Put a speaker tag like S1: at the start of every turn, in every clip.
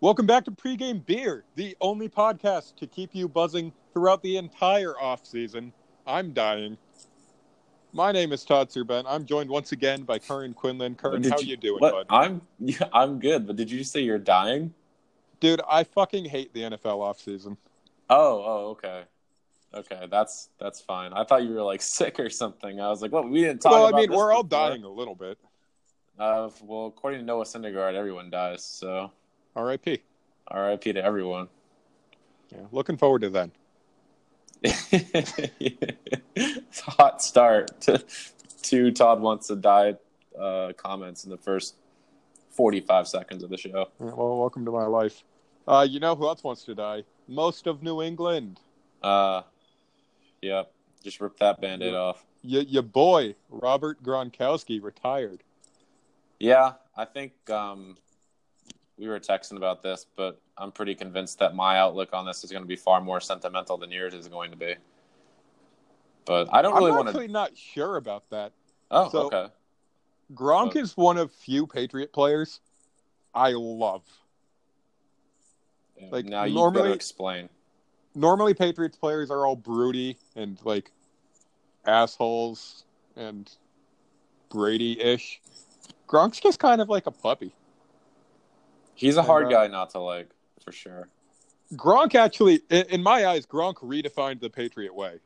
S1: Welcome back to Pregame Beer, the only podcast to keep you buzzing throughout the entire off season. I'm dying. My name is Todd Serben. I'm joined once again by Curran Quinlan. Curran,
S2: Did
S1: how you, doing,
S2: what?
S1: bud?
S2: I'm yeah, I'm good, but did you just say you're dying?
S1: Dude, I fucking hate the NFL offseason.
S2: Oh, oh, okay, okay, that's that's fine. I thought you were like sick or something. I was like, well, we didn't talk.
S1: Well, I
S2: about
S1: mean,
S2: this
S1: we're all
S2: before.
S1: dying a little bit.
S2: Uh, well, according to Noah Syndergaard, everyone dies. So,
S1: R.I.P.
S2: R.I.P. to everyone.
S1: Yeah, looking forward to that.
S2: it's a hot start to, to Todd wants to die uh, comments in the first forty-five seconds of the show.
S1: Yeah, well, welcome to my life. Uh, you know who else wants to die? Most of New England.
S2: Uh, yep, just rip that band-aid off.
S1: Y- your boy, Robert Gronkowski, retired.
S2: Yeah, I think um, we were texting about this, but I'm pretty convinced that my outlook on this is going to be far more sentimental than yours is going to be. But I don't really
S1: I'm
S2: want
S1: actually
S2: to.
S1: not sure about that.
S2: Oh,
S1: so-
S2: okay.
S1: Gronk
S2: So-
S1: is one of few Patriot players I love.
S2: Yeah,
S1: like,
S2: now you
S1: normally-
S2: better explain.
S1: Normally, Patriots players are all broody and like assholes and Brady ish. Gronk's just kind of like a puppy.
S2: He's a hard
S1: uh,
S2: guy not to like, for sure.
S1: Gronk actually, in, in my eyes, Gronk redefined the Patriot way.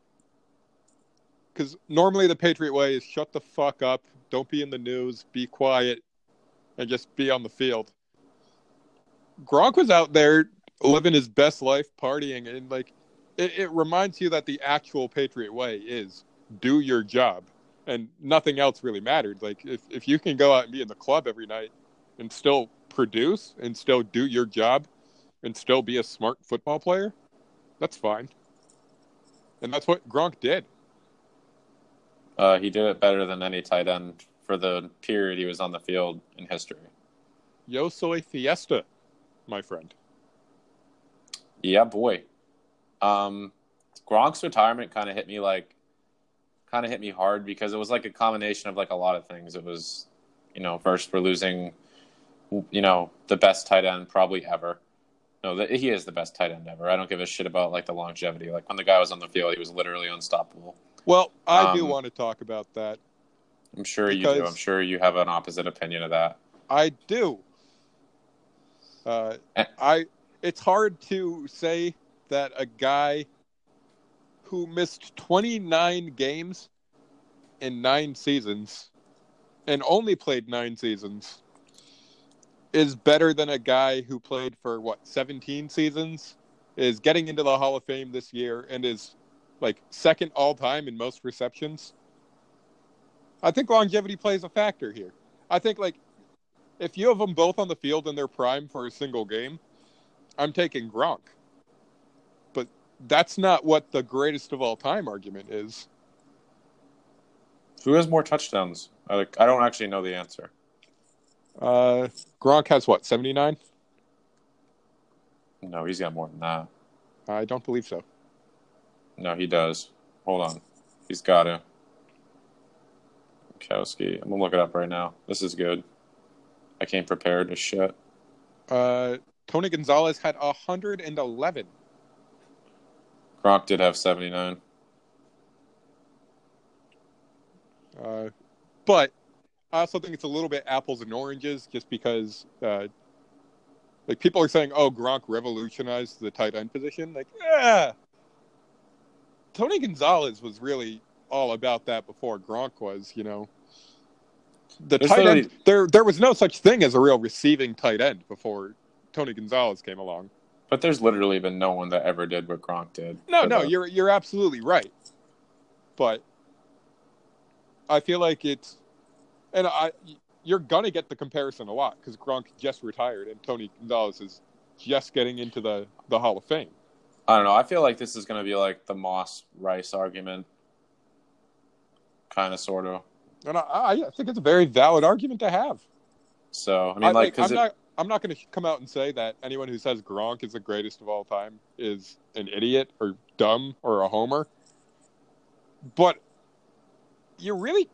S1: Because normally the Patriot way is shut the fuck up, don't be in the news, be quiet, and just be on the field. Gronk was out there living his best life, partying, and like it, it reminds you that the actual Patriot way is do your job, and nothing else really mattered. Like if if you can go out and be in the club every night and still produce and still do your job, and still be a smart football player, that's fine. And that's what Gronk did.
S2: Uh, he did it better than any tight end for the period he was on the field in history.
S1: Yo soy fiesta, my friend.
S2: Yeah, boy. Um, Gronk's retirement kind of hit me like, kind of hit me hard because it was like a combination of like a lot of things. It was, you know, first we're losing, you know, the best tight end probably ever. No, the, he is the best tight end ever. I don't give a shit about like the longevity. Like when the guy was on the field, he was literally unstoppable.
S1: Well, I do
S2: Um,
S1: want to talk about that.
S2: I'm sure you do.
S1: Because-
S2: I'm sure you have an opposite opinion of that.
S1: I do. Uh,
S2: Eh.
S1: I. It's hard to say that a guy who missed 29 games in nine seasons and only played nine seasons is better than a guy who played for what 17 seasons is getting into the Hall of Fame this year and is like second all time in most receptions. I think longevity plays a factor here. I think like if you have them both on the field in their prime for a single game, I'm taking Gronk. But that's not what the greatest of all time argument is.
S2: Who has more touchdowns? I, like, I don't actually know the answer.
S1: Uh, Gronk has what, 79?
S2: No, he's got more than that.
S1: I don't believe so.
S2: No, he does. Hold on. He's got to. Kowski. I'm going to look it up right now. This is good. I came prepared as shit.
S1: Uh, Tony Gonzalez had 111.
S2: Gronk did have 79.
S1: Uh, but I also think it's a little bit apples and oranges just because, uh, like, people are saying, oh, Gronk revolutionized the tight end position. Like, yeah. Tony Gonzalez was really all about that before Gronk was, you know. The
S2: There's
S1: tight end,
S2: literally-
S1: there, there was no such thing as a real receiving tight end before Tony Gonzalez came along.
S2: But there's literally been no one that ever did what Gronk did.
S1: No,
S2: For
S1: no,
S2: the-
S1: you're you're absolutely right. But I feel like it's, and I, you're gonna get the comparison a lot because Gronk just retired and Tony Gonzalez is just getting into the the Hall of Fame.
S2: I don't know. I feel like this is going to be like the Moss Rice argument. Kind of, sort of.
S1: And I, I I think it's a very valid argument to have.
S2: So, I
S1: I
S2: mean, like,
S1: am
S2: because
S1: not I'm not gonna come out and say that anyone who says Gronk is the greatest of all time is an idiot or dumb or a homer. But you really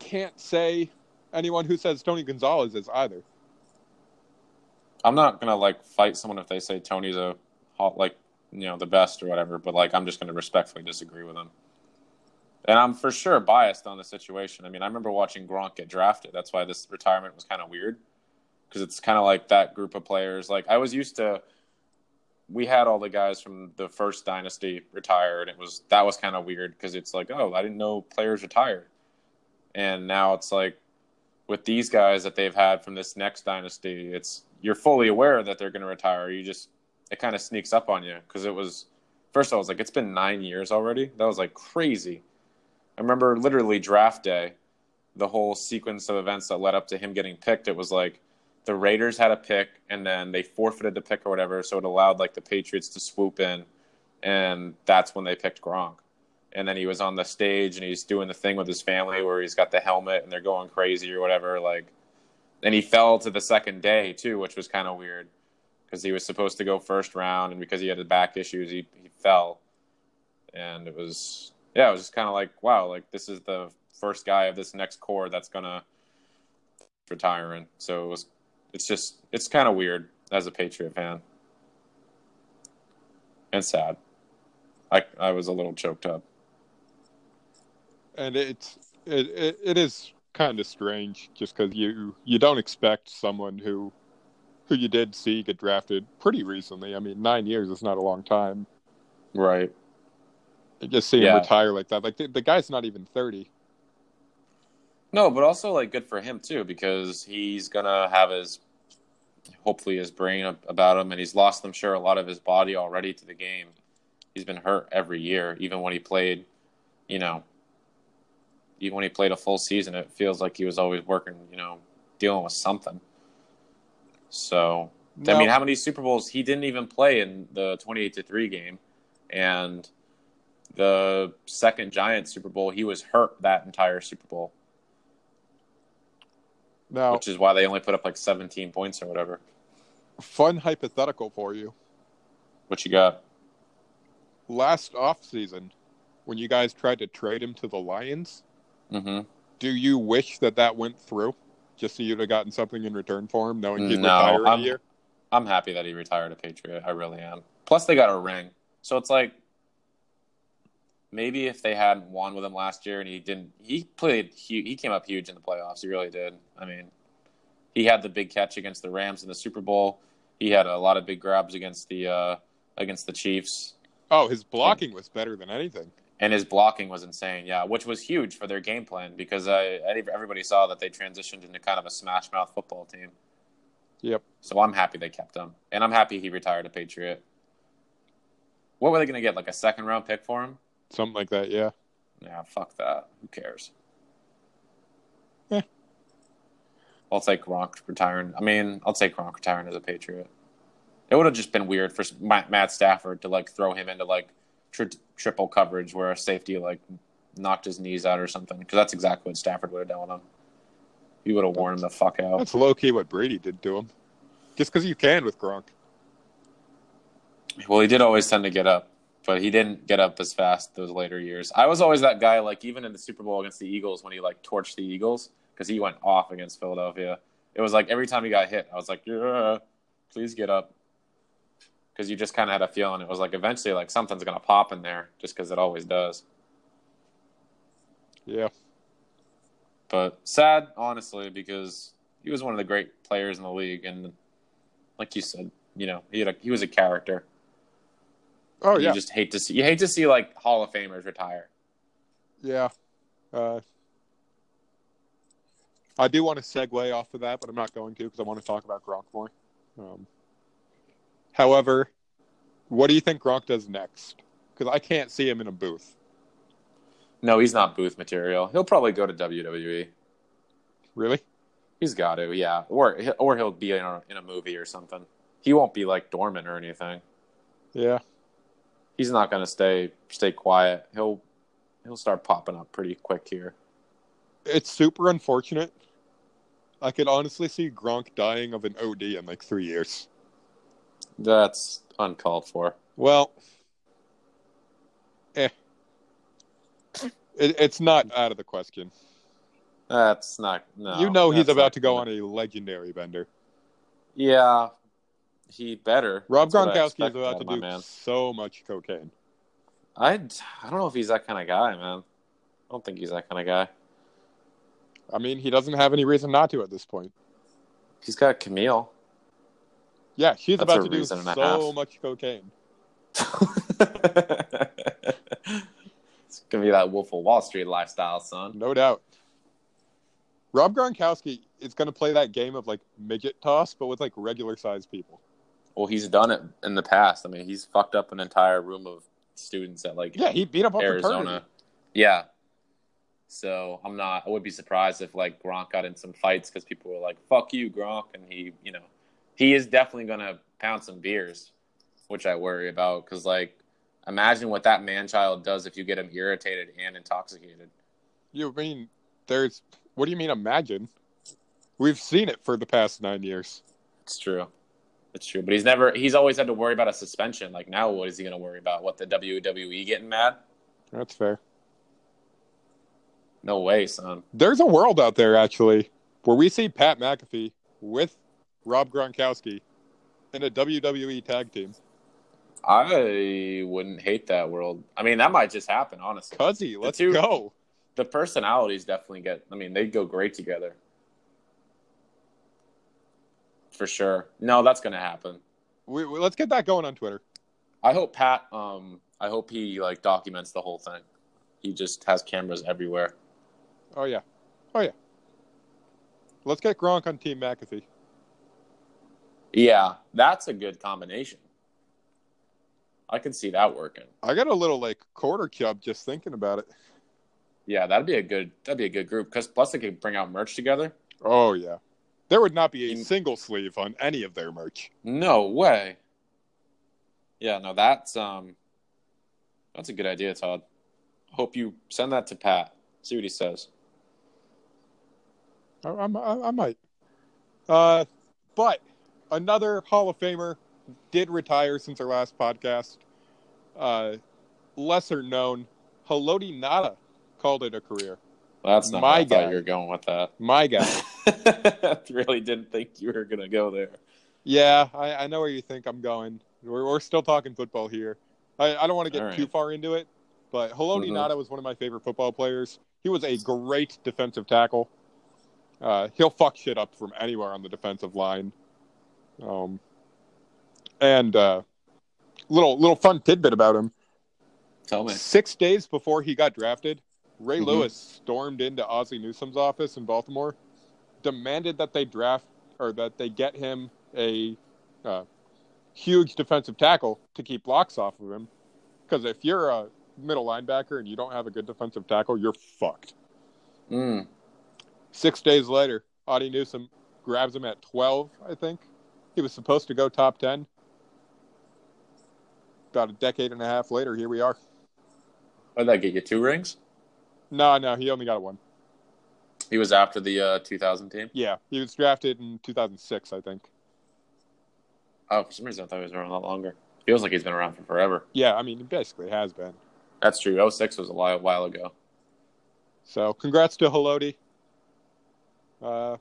S1: can't say anyone who says Tony Gonzalez is either.
S2: I'm not gonna like fight someone if they say Tony's a hot, like you know the best or whatever, but like I'm just gonna respectfully disagree with them. And I'm for sure biased on the situation. I mean, I remember watching Gronk get drafted. That's why this retirement was kind of weird because it's kind of like that group of players. Like I was used to, we had all the guys from the first dynasty retire, and it was that was kind of weird because it's like, oh, I didn't know players retired, and now it's like with these guys that they've had from this next dynasty, it's you're fully aware that they're going to retire. You just it kind of sneaks up on you because it was first I was like, it's been nine years already. That was like crazy. I remember literally draft day, the whole sequence of events that led up to him getting picked. It was like the Raiders had a pick and then they forfeited the pick or whatever, so it allowed like the Patriots to swoop in, and that's when they picked Gronk. And then he was on the stage and he's doing the thing with his family where he's got the helmet and they're going crazy or whatever. Like, and he fell to the second day too, which was kind of weird because he was supposed to go first round and because he had back issues, he he fell, and it was yeah, it was just kind of like wow, like this is the first guy of this next core that's gonna retire in. So it was it's just it's kind of weird as a Patriot fan and sad. I I was a little choked up.
S1: and it's it it, it is kind of strange just because you you don't expect someone who who you did see get drafted pretty recently. I mean, nine years is not a long time.
S2: Right.
S1: And Just see him
S2: Yeah.
S1: retire like that, like the, the guy's not even thirty.
S2: No, but also like good for him too because he's gonna have his hopefully his brain ab- about him and he's lost I'm sure a lot of his body already to the game. He's been hurt every year, even when he played, you know, even when he played a full season, it feels like he was always working, you know, dealing with something. So I mean,
S1: No.
S2: how many Super Bowls he didn't even play in the twenty-eight to three game, and the second Giants Super Bowl, he was hurt that entire Super Bowl,
S1: now,
S2: which is why they only put up like seventeen points or whatever.
S1: fun hypothetical for you.
S2: What you got?
S1: Last offseason, when you guys tried to trade him to the Lions,
S2: hmm
S1: do you wish that that went through? Just so you'd have gotten something in return for him, knowing he'd
S2: No,
S1: retire in
S2: I'm-
S1: a year.
S2: I'm happy that he retired a Patriot. I really am. Plus, they got a ring, so it's like maybe if they hadn't won with him last year and he didn't, he played. He, he came up huge in the playoffs. He really did. I mean, he had the big catch against the Rams in the Super Bowl. He had a lot of big grabs against the uh, against the Chiefs.
S1: Oh, his blocking was better than anything.
S2: and his blocking was insane. Yeah, which was huge for their game plan because I everybody saw that they transitioned into kind of a smash mouth football team.
S1: Yep.
S2: So I'm happy they kept him, and I'm happy he retired a Patriot. What were they going to get? Like a second round pick for him?
S1: Something like that, yeah.
S2: Nah, fuck that. Who cares?
S1: Yeah.
S2: I'll take Gronk retiring. I mean, I'll take Gronk retiring as a Patriot. It would have just been weird for Ma- Matt Stafford to like throw him into like tri- triple coverage where a safety like knocked his knees out or something because that's exactly what Stafford would have done with him. He would have worn him the fuck out.
S1: That's low key what Brady did to him. Just because you can with Gronk.
S2: Well, he did always tend to get up, but he didn't get up as fast those later years. I was always that guy, like even in the Super Bowl against the Eagles when he like torched the Eagles because he went off against Philadelphia. It was like every time he got hit, I was like, yeah, please get up. Because you just kind of had a feeling it was like eventually like something's gonna pop in there just because it always does.
S1: Yeah.
S2: But sad, honestly, because he was one of the great players in the league, and like you said, you know, he had a, he was a character.
S1: Oh,
S2: you
S1: yeah.
S2: just hate to see you hate to see like Hall of Famers retire.
S1: Yeah. Uh, I do want to segue off of that, but I'm not going to because I want to talk about Gronk more. Um, however, what do you think Gronk does next? Because I can't see him in a booth.
S2: No, he's not booth material. He'll probably go to WWE.
S1: Really?
S2: He's got to, yeah. Or or he'll be in a, in a movie or something. He won't be like dormant or anything.
S1: Yeah.
S2: He's not going to stay stay quiet. He'll he'll start popping up pretty quick here.
S1: It's super unfortunate. I could honestly see Gronk dying of an OD in like three years.
S2: That's uncalled for.
S1: Well, eh. It, it's not out of the question.
S2: That's not no.
S1: you know he's
S2: that's
S1: about
S2: not-
S1: to go on a legendary bender.
S2: Yeah, he better.
S1: Rob
S2: That's what I
S1: Gronkowski is
S2: expected
S1: about
S2: of
S1: to
S2: my
S1: do
S2: man.
S1: so much cocaine.
S2: I I don't know if he's that kind of guy, man. I don't think he's that kind of guy.
S1: I mean, he doesn't have any reason not to at this point.
S2: He's got Camille.
S1: Yeah, she's
S2: That's a
S1: about to do
S2: reason and a
S1: so
S2: half.
S1: much cocaine.
S2: it's gonna be that Wolf of Wall Street lifestyle, son.
S1: No doubt. Rob Gronkowski is going to play that game of like midget toss, but with like regular sized people.
S2: Well, he's done it in the past. I mean, he's fucked up an entire room of students at like
S1: Yeah, he beat up on
S2: Arizona. Yeah. So I'm not. I would be surprised if like Gronk got in some fights because people were like, "Fuck you, Gronk," and he, you know, he is definitely gonna pound some beers, which I worry about because like, imagine what that man child does if you get him irritated and intoxicated.
S1: You mean there's what do you mean imagine? We've seen it for the past nine years.
S2: It's true. It's true. But he's never. He's always had to worry about a suspension. Like now, what is he gonna worry about? What the WWE getting mad?
S1: That's fair.
S2: No way, son.
S1: There's a world out there actually where we see Pat McAfee with Rob Gronkowski in a WWE tag team.
S2: I wouldn't hate that world. I mean, that might just happen, honestly.
S1: Cuzzy, let's
S2: two-
S1: go.
S2: the personalities definitely get i mean they go great together for sure no that's gonna happen
S1: We, we- let's get that going on Twitter.
S2: i hope pat um i hope he like documents the whole thing he just has cameras everywhere
S1: Oh yeah, oh yeah. Let's get Gronk on Team McAfee.
S2: yeah that's a good combination i can see that working
S1: I got a little like quarter chub just thinking about it.
S2: yeah that'd be a good that'd be a good group because plus they could bring out merch together
S1: Oh yeah, there would not be a
S2: In-
S1: single sleeve on any of their merch.
S2: no way yeah no that's um that's a good idea todd hope you send that to pat see what he says
S1: I, I, I I might. Uh, but another Hall of Famer did retire since our last podcast. Uh, lesser known, Haloti Nada called it a career.
S2: That's not
S1: My
S2: where I
S1: guy.
S2: thought you were going with that.
S1: My guy.
S2: I really didn't think you were gonna go there.
S1: yeah, I, I know where you think I'm going. We're, we're still talking football here. I, I don't want to get
S2: All right.
S1: too far into it, but Haloti
S2: Mhm.
S1: Nada was one of my favorite football players. He was a great defensive tackle. Uh, he'll fuck shit up from anywhere on the defensive line. Um, and uh, little little fun tidbit about him:
S2: Tell me.
S1: six days before he got drafted, Ray
S2: Mhm.
S1: Lewis stormed into Ozzie Newsom's office in Baltimore, demanded that they draft or that they get him a uh, huge defensive tackle to keep blocks off of him. Because if you're a middle linebacker and you don't have a good defensive tackle, you're fucked.
S2: Mm.
S1: Six days later, Ozzie Newsome grabs him at 12, I think. He was supposed to go top 10. About a decade and a half later, here we are.
S2: What did that get you? Two rings?
S1: No, no, he only got one.
S2: He was after the uh, 2000 team.
S1: Yeah, he was drafted in 2006, I think.
S2: Oh, for some reason I thought he was around a lot longer. Feels like he's been around for forever.
S1: Yeah, I mean, he basically has been.
S2: That's true. 06 was a li- while ago.
S1: So, congrats to Haloti. Uh,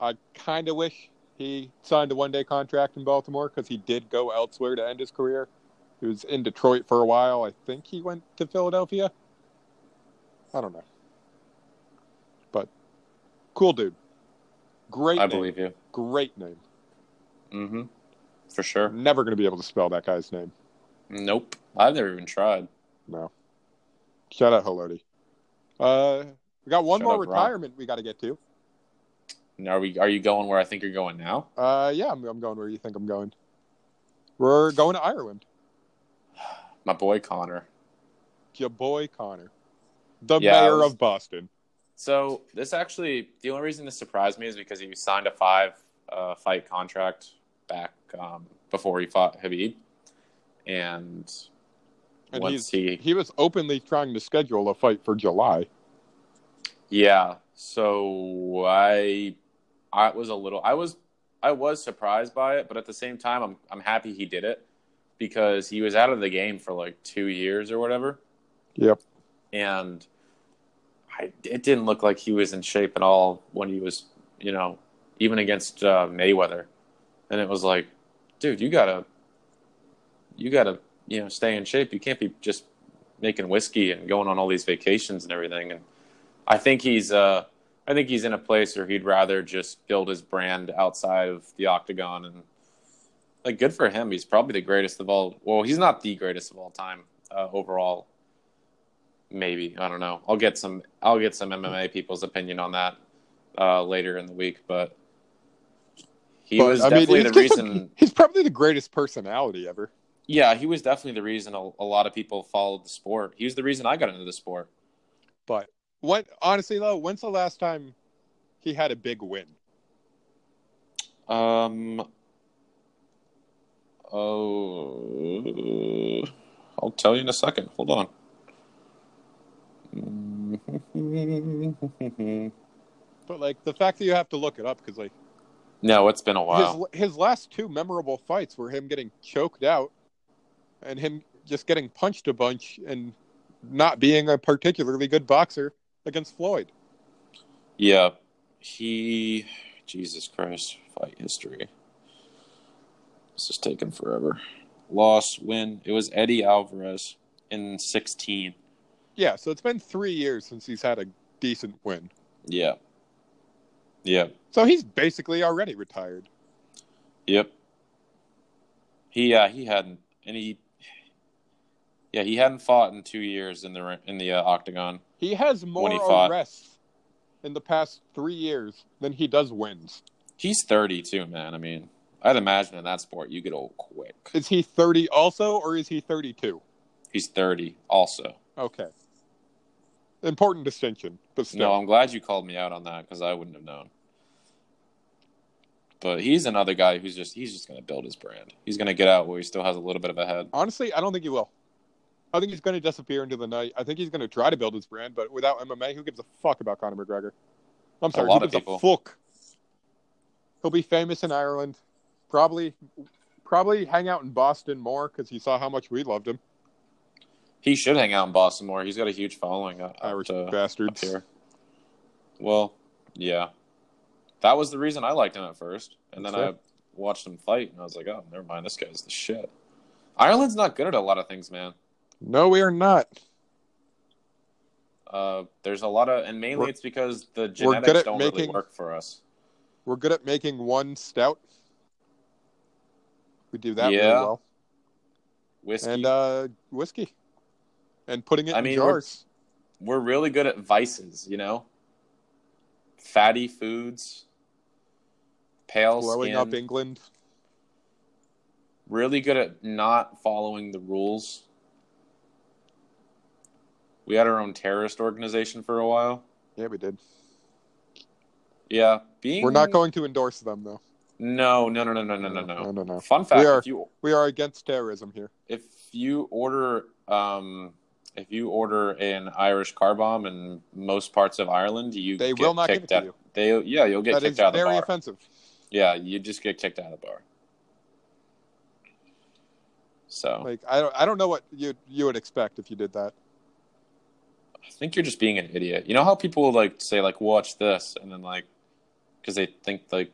S1: I kind of wish he signed a one-day contract in Baltimore because he did go elsewhere to end his career. He was in Detroit for a while. I think he went to Philadelphia. I don't know, but cool dude. Great,
S2: I
S1: name.
S2: believe you.
S1: Great name.
S2: Mm-hmm. For sure.
S1: Never going to be able to spell that guy's name.
S2: Nope. I've never even tried.
S1: No. Shout out Haloti. Uh, we got one
S2: Shout
S1: more
S2: out Rob.
S1: retirement we got to get to.
S2: Now, Are we? Are you going where I think you're going now?
S1: Uh, yeah, I'm, I'm going where you think I'm going. We're going to Ireland.
S2: My boy Connor.
S1: Your boy Connor, the
S2: Yeah, I
S1: mayor
S2: was-
S1: of Boston.
S2: So this actually, the only reason this surprised me is because he signed a five uh, fight contract back um, before he fought Habib, and,
S1: And
S2: once he,
S1: He was openly trying to schedule a fight for July.
S2: yeah. So I, I was a little, I was, I was surprised by it, but at the same time, I'm, I'm happy he did it because he was out of the game for like two years or whatever.
S1: Yep.
S2: and I, it didn't look like he was in shape at all when he was, you know, even against uh, Mayweather. And it was like, dude, you gotta, you gotta, you know, stay in shape. You can't be just making whiskey and going on all these vacations and everything. And I think he's, uh, I think he's in a place where he'd rather just build his brand outside of the octagon and like good for him. He's probably the greatest of all. Well, he's not the greatest of all time uh, overall. Maybe I don't know. I'll get some. I'll get some MMA people's opinion on that uh, later in the week, but he
S1: But,
S2: was
S1: I mean,
S2: definitely
S1: he's
S2: the
S1: just a-
S2: reason.
S1: he's probably the greatest personality ever.
S2: Yeah, he was definitely the reason a, a lot of people followed the sport. He was the reason I got into the sport.
S1: But what honestly though, when's the last time he had a big win?
S2: Um. Oh, I'll tell you in a second. Hold on.
S1: But like the fact that you have to look it up because like
S2: No, it's been a while.
S1: his his last two memorable fights were him getting choked out and him just getting punched a bunch and not being a particularly good boxer against Floyd.
S2: Yeah, he. Jesus Christ, fight history. This is taking forever. Loss, win. It was Eddie Alvarez in sixteen.
S1: Yeah, so it's been three years since he's had a decent win.
S2: Yeah. Yeah.
S1: So he's basically already retired.
S2: Yep. He uh, he hadn't, and he yeah he hadn't fought in two years in the ri- in the uh, octagon.
S1: He has more
S2: When he fought.
S1: arrests in the past three years than he does wins.
S2: He's thirty too, man. I mean, I'd imagine in that sport you get old quick.
S1: Is he 30 also, or is he 32?
S2: He's thirty also.
S1: Okay. Important distinction, but still.
S2: No, I'm glad you called me out on that because I wouldn't have known. But he's another guy who's just he's just gonna build his brand. He's gonna get out where he still has a little bit of a head.
S1: Honestly, I don't think he will. I think he's going to disappear into the night. I think he's going to try to build his brand, but without MMA, who gives a fuck about Conor McGregor? I'm sorry,
S2: lot
S1: who
S2: of
S1: gives a
S2: people.
S1: fuck? He'll be famous in Ireland. Probably, probably hang out in Boston more because he saw how much we loved him,
S2: He should hang out in Boston more. He's got a huge following. out- out,
S1: Irish
S2: uh, up
S1: bastards.
S2: here. Well, yeah, that was the reason I liked him at first, and then
S1: Sure.
S2: I watched him fight, and I was like, oh, never mind, this guy's the shit. Ireland's not good at a lot of things, man.
S1: No, we are not.
S2: Uh, there's a lot of, and mainly
S1: We're-
S2: it's because the
S1: good
S2: genetics
S1: at
S2: don't really
S1: making-
S2: work for us.
S1: We're good at making one stout. We do that really
S2: Yeah.
S1: well,
S2: Whiskey,
S1: and uh, whiskey, and putting it
S2: I
S1: in
S2: mean, we're-
S1: jars.
S2: we're really good at vices, you know, fatty foods, pale
S1: Blowing
S2: skin.
S1: up England.
S2: really good at not following the rules. We had our own terrorist organization for a while.
S1: Yeah, we did.
S2: Yeah, being
S1: We're not going to endorse them, though.
S2: No, no, no, no, no, no, no, no.
S1: No, no, no.
S2: Fun fact:
S1: We are-
S2: if you
S1: We are against terrorism here.
S2: if you order um if you order an Irish car bomb in most parts of Ireland, you
S1: They
S2: get
S1: will not give
S2: kicked
S1: it to
S2: out.
S1: you.
S2: They yeah, you'll get
S1: That is
S2: kicked out of the
S1: very
S2: bar.
S1: offensive.
S2: Yeah, you just get kicked out of the bar. So
S1: Like I don't, I don't know what you you would expect if you did that.
S2: I think you're just being an idiot. You know how people will like say like watch this and then like because they think like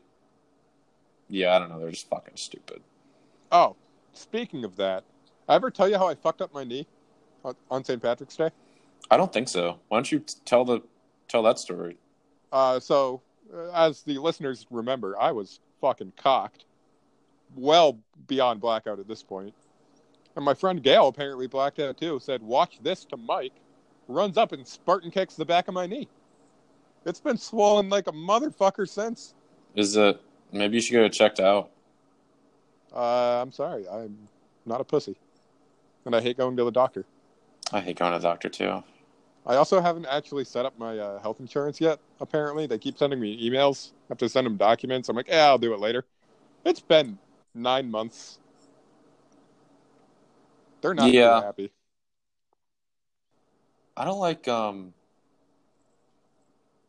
S2: yeah I don't know they're just fucking stupid.
S1: Oh, speaking of that, I ever tell you how I fucked up my knee on, on St. Patrick's Day?
S2: I don't think so. Why don't you t- tell the tell that story?
S1: Uh, so, uh, as the listeners remember, I was fucking cocked, well beyond blackout at this point. And my friend Gail apparently blacked out too. Said, "Watch this" to Mike, runs up and Spartan kicks the back of my knee. It's been swollen like a motherfucker since.
S2: Is it maybe you should go checked out?
S1: Uh, I'm sorry. I'm not a pussy. And I hate going to the doctor.
S2: I hate going to the doctor too.
S1: I also haven't actually set up my uh, health insurance yet, apparently. They keep sending me emails. I have to send them documents. I'm like, yeah, I'll do it later. It's been nine months. They're not
S2: Yeah.
S1: too happy.
S2: I don't like um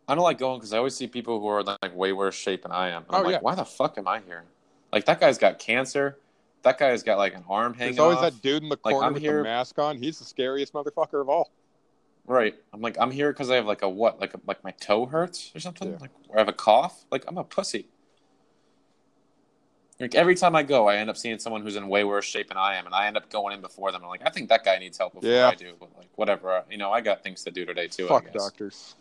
S2: I don't like going because I always see people who are in, like way worse shape than I am. And I'm
S1: Oh,
S2: like
S1: yeah.
S2: why the fuck am I here? Like that guy's got cancer. That guy's got like an arm hanging.
S1: There's always
S2: off.
S1: that dude in the
S2: Like,
S1: corner
S2: I'm
S1: with
S2: here-
S1: the mask on. He's the scariest motherfucker of all.
S2: Right. I'm like, I'm here because I have like a what? Like, like my toe hurts or something?
S1: Yeah.
S2: Like, or I have a cough? Like, I'm a pussy. Like every time I go, I end up seeing someone who's in way worse shape than I am, and I end up going in before them. I'm like, I think that guy needs help before
S1: Yeah.
S2: I do, but like whatever, you know, I got things to do today too. I
S1: Fuck
S2: guess.
S1: doctors.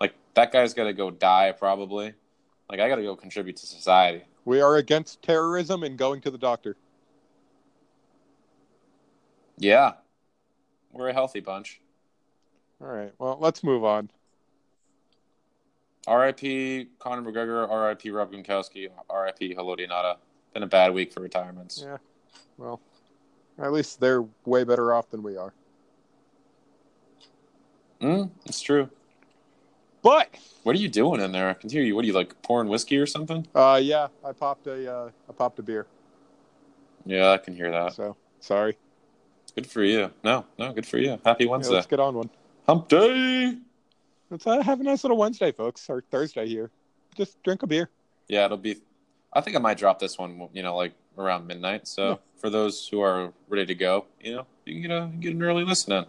S2: Like that guy's got to go die probably. Like I got to go contribute to society.
S1: We are against terrorism and going to the doctor.
S2: Yeah, we're a healthy bunch.
S1: All right. Well, let's move on.
S2: R.I.P. Conor McGregor. R.I.P. Rob Gronkowski. R.I.P. Haloti Nada. Been a bad week for retirements.
S1: Yeah. Well, at least they're way better off than we are.
S2: Mm, it's true.
S1: But
S2: What are you doing in there? I can hear you. What are you like pouring whiskey or something?
S1: uh, yeah, I popped a uh, I popped a beer.
S2: Yeah, I can hear that.
S1: So sorry.
S2: Good for you. No, no, good for you. Happy
S1: Yeah,
S2: Wednesday.
S1: let's get on one.
S2: Hump day.
S1: Let's uh, have a nice little Wednesday, folks, or Thursday here. Just drink a beer.
S2: Yeah, it'll be. I think I might drop this one. You know, like around midnight. So
S1: Yeah.
S2: for those who are ready to go, you know, you can get a get an early listen in.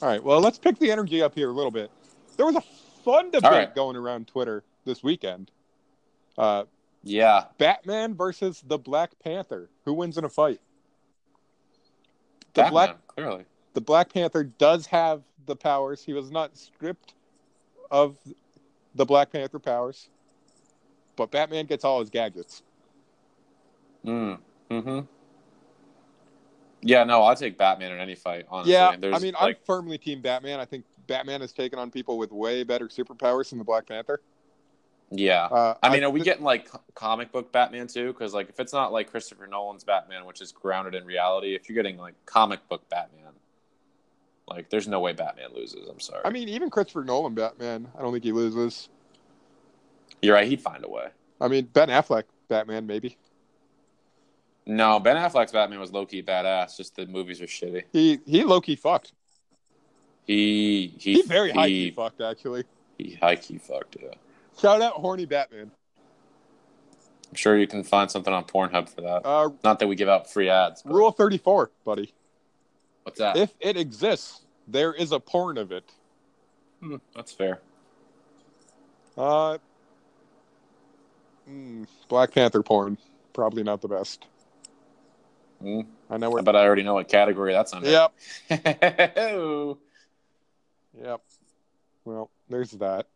S1: All right. Well, let's pick the energy up here a little bit. There was a fun debate
S2: right.
S1: going around Twitter this weekend. Uh,
S2: Yeah,
S1: Batman versus the Black Panther. Who wins in a fight? The
S2: Batman,
S1: Black
S2: clearly.
S1: the Black Panther does have the powers. He was not stripped of the Black Panther powers, but Batman gets all his gadgets.
S2: Mm. Hmm. Yeah, no, I'll take Batman in any fight. Honestly,
S1: yeah,
S2: There's,
S1: I mean,
S2: like,
S1: I'm firmly team Batman. I think Batman has taken on people with way better superpowers than the Black Panther.
S2: yeah.
S1: Uh,
S2: I mean, are we
S1: thi-
S2: getting like co- comic book Batman too? Because like, if it's not like Christopher Nolan's Batman, which is grounded in reality, if you're getting like comic book Batman, like, there's no way Batman loses. I'm sorry.
S1: I mean, even Christopher Nolan Batman. I don't think he loses.
S2: you're right. He'd find a way.
S1: I mean, Ben Affleck Batman maybe.
S2: No, Ben Affleck's Batman was low key badass. Just the movies are shitty.
S1: He he low key fucked.
S2: He he
S1: He very high key
S2: he,
S1: fucked actually.
S2: he high key fucked. Yeah,
S1: Shout out horny Batman.
S2: I'm sure you can find something on Pornhub for that.
S1: Uh,
S2: Not that we give out free ads. but-
S1: rule thirty four, buddy.
S2: What's that?
S1: If it exists, there is a porn of it.
S2: Hmm, that's fair.
S1: Uh, mm, Black Panther porn, probably not the best.
S2: Hmm,
S1: I know
S2: I
S1: we're.
S2: bet I already know what category that's under.
S1: Yep,
S2: Yeah.
S1: yep. Well, there's that.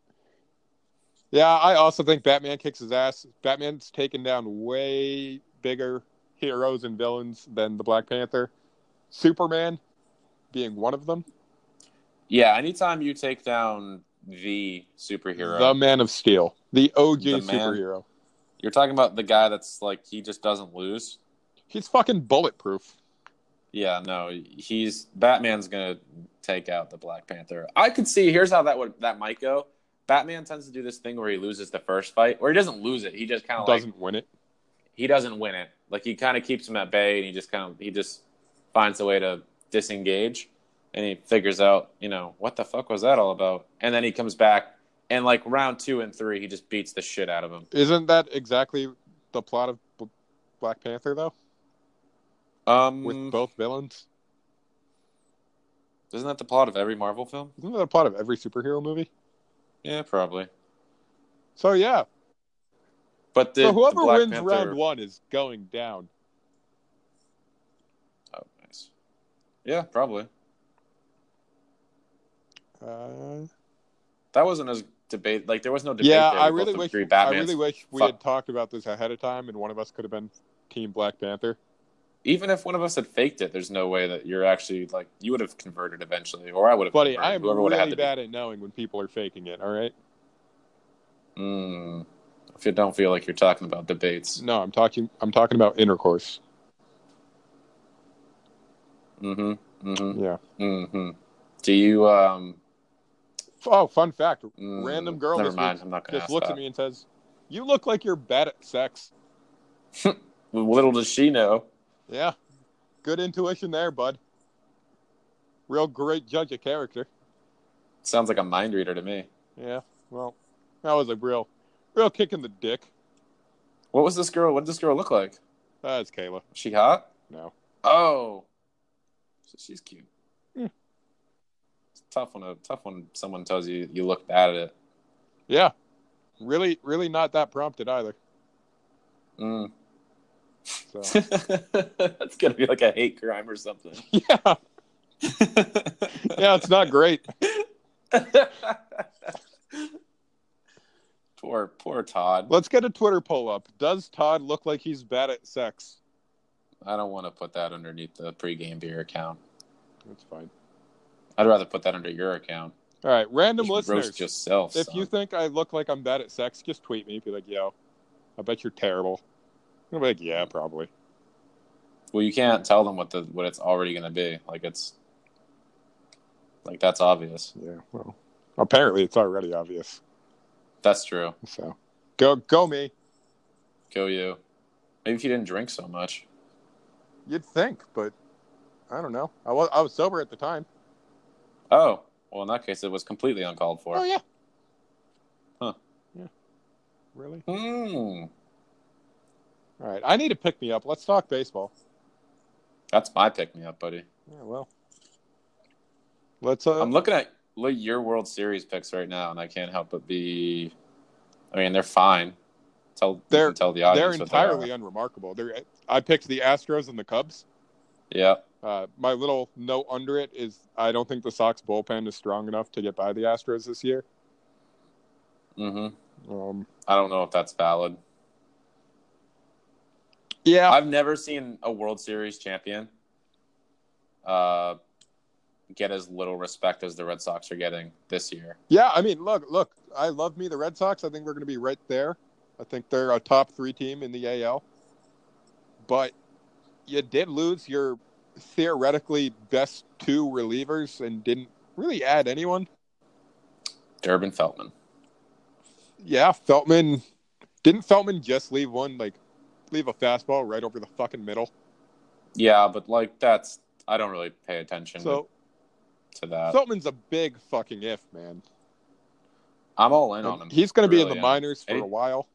S1: Yeah, I also think Batman kicks his ass. Batman's taken down way bigger heroes and villains than the Black Panther. Superman being one of them.
S2: Yeah, anytime you take down the superhero,
S1: The Man of Steel, the OG
S2: The man.
S1: superhero.
S2: you're talking about the guy that's like he just doesn't lose.
S1: He's fucking bulletproof.
S2: Yeah, no, he's Batman's gonna take out the Black Panther. I could see. Here's how that would that might go. Batman tends to do this thing where he loses the first fight, or he doesn't lose it. He just kind of like
S1: Doesn't win it.
S2: he doesn't win it. Like he kind of keeps him at bay, and he just kind of he just finds a way to disengage, and he figures out, you know, what the fuck was that all about? And then he comes back, and like round two and three, he just beats the shit out of him.
S1: Isn't that exactly the plot of B- Black Panther though?
S2: Um,
S1: With both villains?
S2: isn't that the plot of every Marvel film?
S1: Isn't that the plot of every superhero movie?
S2: Yeah, probably.
S1: So yeah.
S2: But the,
S1: so
S2: the
S1: whoever
S2: Black
S1: wins
S2: Panther-
S1: round one is going down.
S2: Oh, nice. Yeah, probably.
S1: Uh,
S2: That wasn't as debate. Like there was no debate.
S1: yeah,
S2: there.
S1: I
S2: We both
S1: really wish
S2: agree
S1: I
S2: Batman's-
S1: really wish we
S2: Fuck.
S1: had talked about this ahead of time, and one of us could have been Team Black Panther.
S2: Even if one of us had faked it, there's no way that you're actually like you would have converted eventually, or I would have.
S1: Buddy,
S2: converted.
S1: I am
S2: Whoever would have
S1: really
S2: had to
S1: bad at knowing when people are faking it. All right.
S2: Be... Mm. If you don't feel like you're talking about debates,
S1: No, I'm talking. I'm talking about intercourse.
S2: mm-hmm, mm-hmm,
S1: Yeah.
S2: mm-hmm. Do you? Um,
S1: Oh, fun fact.
S2: mm,
S1: Random girl
S2: Never
S1: this
S2: mind.
S1: week
S2: I'm not gonna
S1: Just
S2: ask
S1: looks
S2: that.
S1: at me and says, "You look like you're bad at sex."
S2: Little does she know.
S1: Yeah. Good intuition there, bud. Real great judge of character.
S2: Sounds like a mind reader to me.
S1: Yeah. Well, that was a real, real kick in the dick.
S2: What was this girl? What did this girl look like?
S1: That's Kayla.
S2: Was she hot?
S1: No.
S2: Oh, so she's cute.
S1: Hmm.
S2: It's tough when a tough when someone tells you you look bad at it.
S1: Yeah. Really, really not that prompted either.
S2: Mm.
S1: So
S2: That's gonna be like a hate crime or something.
S1: yeah, yeah, it's not great.
S2: poor, poor Todd.
S1: Let's get a Twitter poll up. Does Todd look like he's bad at sex?
S2: I don't want to put that underneath the pregame beer account.
S1: That's fine.
S2: I'd rather put that under your account.
S1: All right, random
S2: You should
S1: listeners.
S2: roast yourself.
S1: if
S2: son.
S1: you think I look like I'm bad at sex, just tweet me. Be like, yo, I bet you're terrible. I'll be like, yeah, probably.
S2: well, you can't tell them what the what it's already gonna be. Like it's like that's obvious.
S1: Yeah, well, apparently it's already obvious.
S2: That's true.
S1: So go, go me.
S2: Go you. Maybe if you didn't drink so much.
S1: You'd think, but I don't know. I was, I was sober at the time.
S2: Oh, well, in that case, it was completely uncalled for.
S1: Oh, yeah.
S2: Huh.
S1: Yeah. Really?
S2: Hmm.
S1: All right. I need to pick me up. Let's talk baseball.
S2: That's my pick me up, buddy.
S1: Yeah, well. Let's, uh,
S2: I'm looking at look, your World Series picks right now, and I can't help but be. I mean, they're fine. Tell
S1: They're-
S2: you can tell the
S1: they're
S2: audience. what they are.
S1: entirely unremarkable. They're, I picked the Astros and the Cubs.
S2: yeah.
S1: Uh, my little note under it is I don't think the Sox bullpen is strong enough to get by the Astros this year.
S2: Mm-hmm.
S1: Um,
S2: I don't know if that's valid.
S1: yeah,
S2: I've never seen a World Series champion uh, get as little respect as the Red Sox are getting this year.
S1: yeah. I mean, look, look. I love me the Red Sox. I think we're going to be right there. I think they're a top three team in the AL. But you did lose your theoretically best two relievers and didn't really add anyone.
S2: Durbin Feltman.
S1: Yeah, Feltman. Didn't Feltman just leave one like leave a fastball right over the fucking middle?
S2: Yeah, but like that's I don't really pay attention
S1: So
S2: to that.
S1: Feltman's a big fucking if, man.
S2: I'm all in on him.
S1: He's going to be in the
S2: Really, uh, yeah.
S1: minors for
S2: Hey.
S1: a while.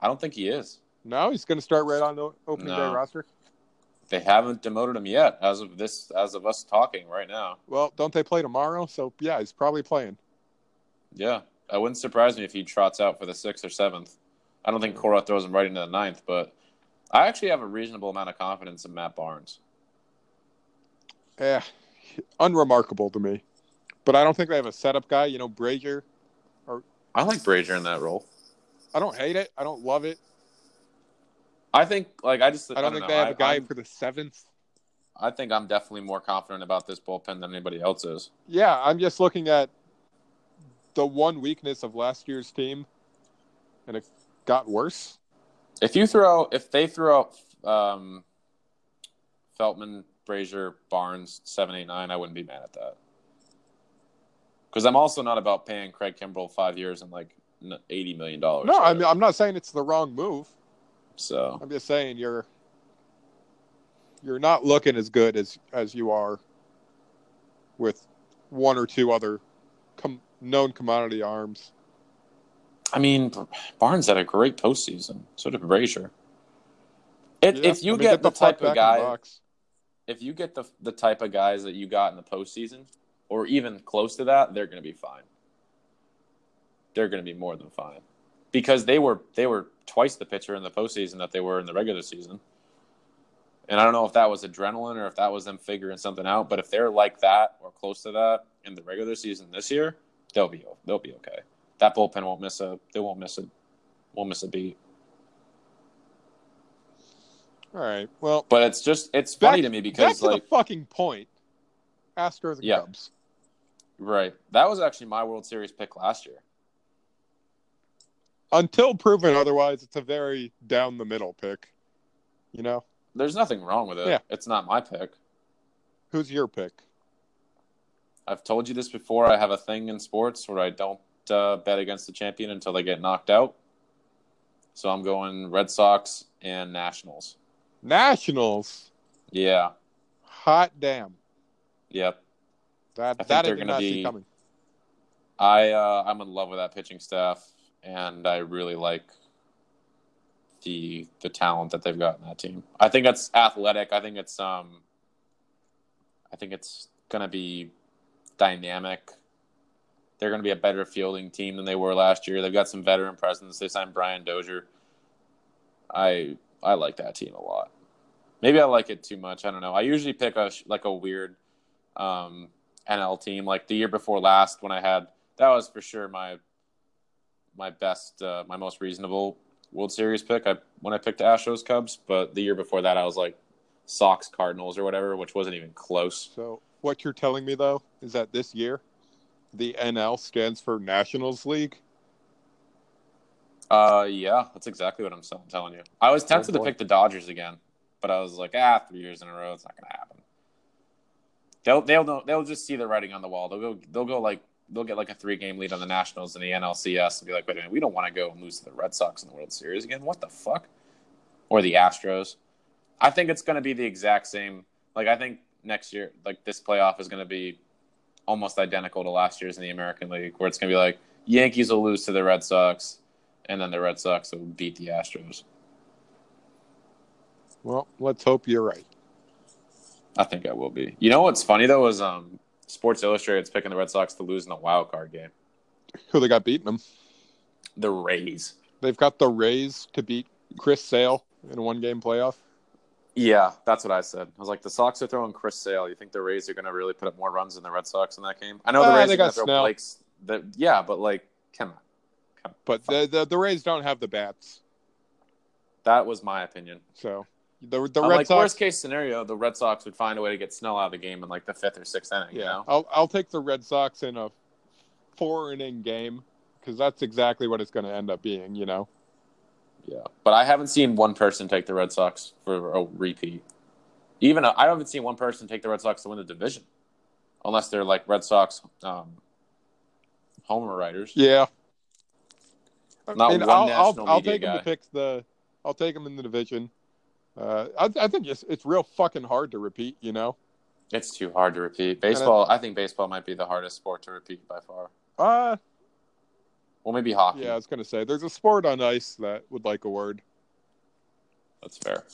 S2: I don't think he is.
S1: Now he's going to start right on the opening
S2: No.
S1: day roster.
S2: They haven't demoted him yet, as of this, as of us talking right now.
S1: Well, don't they play tomorrow? So yeah, he's probably playing.
S2: Yeah, it wouldn't surprise me if he trots out for the sixth or seventh. I don't think Cora throws him right into the ninth, but I actually have a reasonable amount of confidence in Matt Barnes.
S1: Yeah, Eh, unremarkable to me. But I don't think they have a setup guy. You know, Brazier.
S2: I like Brazier in that role.
S1: I don't hate it. I don't love it.
S2: I think, like, I just
S1: I don't, think
S2: know.
S1: they have a guy
S2: I, I'm-
S1: for the seventh.
S2: I think I'm definitely more confident about this bullpen than anybody else is.
S1: Yeah, I'm just looking at the one weakness of last year's team, and it got worse.
S2: If you throw, if they throw out um, Feltman, Brazier, Barnes, seven, eight, nine, I wouldn't be mad at that. Because I'm also not about paying Craig Kimbrell five years and like n- eighty million dollars.
S1: No, I mean, I'm not saying it's the wrong move.
S2: so
S1: I'm just saying you're you're not looking as good as as you are with one or two other com- known commodity arms.
S2: I mean, Barnes had a great postseason. So did Brazier. If,
S1: Yeah,
S2: if you
S1: I mean,
S2: get, the,
S1: fuck
S2: type of
S1: back in the
S2: guy,
S1: box.
S2: if you get the the type of guys that you got in the postseason, or even close to that, they're going to be fine. They're going to be more than fine, because they were they were twice the pitcher in the postseason that they were in the regular season. And I don't know if that was adrenaline or if that was them figuring something out, but if they're like that or close to that in the regular season this year, they'll be they'll be okay. That bullpen won't miss a they won't miss a won't miss a beat.
S1: All right. Well,
S2: But it's just it's
S1: Back-
S2: funny to me
S1: back
S2: because
S1: to
S2: like
S1: the fucking point. Astros and
S2: Yeah.
S1: Cubs.
S2: right that was actually my World Series pick last year.
S1: Until proven otherwise, it's a very down the middle pick. You know,
S2: There's nothing wrong with it.
S1: Yeah.
S2: It's not my pick.
S1: who's your pick?
S2: I've told you this before. I have a thing in sports where I don't uh, bet against the champion until they get knocked out. So I'm going Red Sox and Nationals.
S1: Nationals.
S2: Yeah.
S1: Hot damn.
S2: Yep.
S1: That
S2: think
S1: that I
S2: they're
S1: did
S2: gonna
S1: not see
S2: be-
S1: coming.
S2: I uh, I'm in love with that pitching staff, and I really like the the talent that they've got in that team. I think it's athletic. I think it's um, I think it's gonna be dynamic. They're gonna be a better fielding team than they were last year. They've got some veteran presence. They signed Brian Dozier. I I like that team a lot. Maybe I like it too much. I don't know. I usually pick a sh- like a weird um, NL team. Like the year before last, when I had that was for sure my my best, uh, my most reasonable World Series pick. I when I picked Astros Cubs, but the year before that, I was like Sox Cardinals or whatever, which wasn't even close.
S1: So what you're telling me though is that this year, the NL stands for Nationals League.
S2: Uh, yeah, that's exactly what I'm s- telling you. I was tempted to
S1: boy.
S2: pick the Dodgers again, but I was like, ah, three years in a row, it's not gonna happen. They'll they'll know- they'll just see the writing on the wall. They'll go they'll go like they'll get like a three game lead on the Nationals in the NLCS and be like, wait a minute, we don't want to go and lose to the Red Sox in the World Series again. What the fuck? Or the Astros. I think it's gonna be the exact same. Like I think next year, like this playoff is gonna be almost identical to last year's in the American League, where it's gonna be like Yankees will lose to the Red Sox and then the Red Sox will beat the Astros.
S1: Well, let's hope you're right.
S2: I think I will be. You know what's funny though is um, Sports Illustrated's picking the Red Sox to lose in the wild card game.
S1: Who they got beating them?
S2: The Rays.
S1: They've got the Rays to beat Chris Sale in a one game playoff.
S2: Yeah, that's what I said. I was like, the Sox are throwing Chris Sale. You think the Rays are going to really put up more runs than the Red Sox in that game? I know the
S1: Ah,
S2: Rays
S1: they
S2: are
S1: got
S2: going to throw
S1: Snell.
S2: Blake's. The, yeah, but like, come on.
S1: But the, the the Rays don't have the bats,
S2: That was my opinion.
S1: so the the
S2: I'm
S1: Red
S2: like,
S1: Sox.
S2: worst case scenario, the Red Sox would find a way to get Snell out of the game in like the fifth or sixth inning. You
S1: Yeah,
S2: know?
S1: I'll I'll take the Red Sox in a four inning game because that's exactly what it's going to end up being. You know,
S2: Yeah, but I haven't seen one person take the Red Sox for a repeat. Even I I haven't seen one person take the Red Sox to win the division, unless they're like Red Sox um, homer writers.
S1: yeah. I
S2: Not
S1: mean,
S2: one
S1: I'll,
S2: national
S1: I'll, I'll
S2: media
S1: take him
S2: guy.
S1: to pick the. I'll take him in the division. Uh, I, I think it's it's real fucking hard to repeat. You know,
S2: It's too hard to repeat. Baseball, I think baseball might be the hardest sport to repeat by far.
S1: uh,
S2: Well, maybe hockey.
S1: yeah, I was going to say there's a sport on ice that would like a word.
S2: That's fair.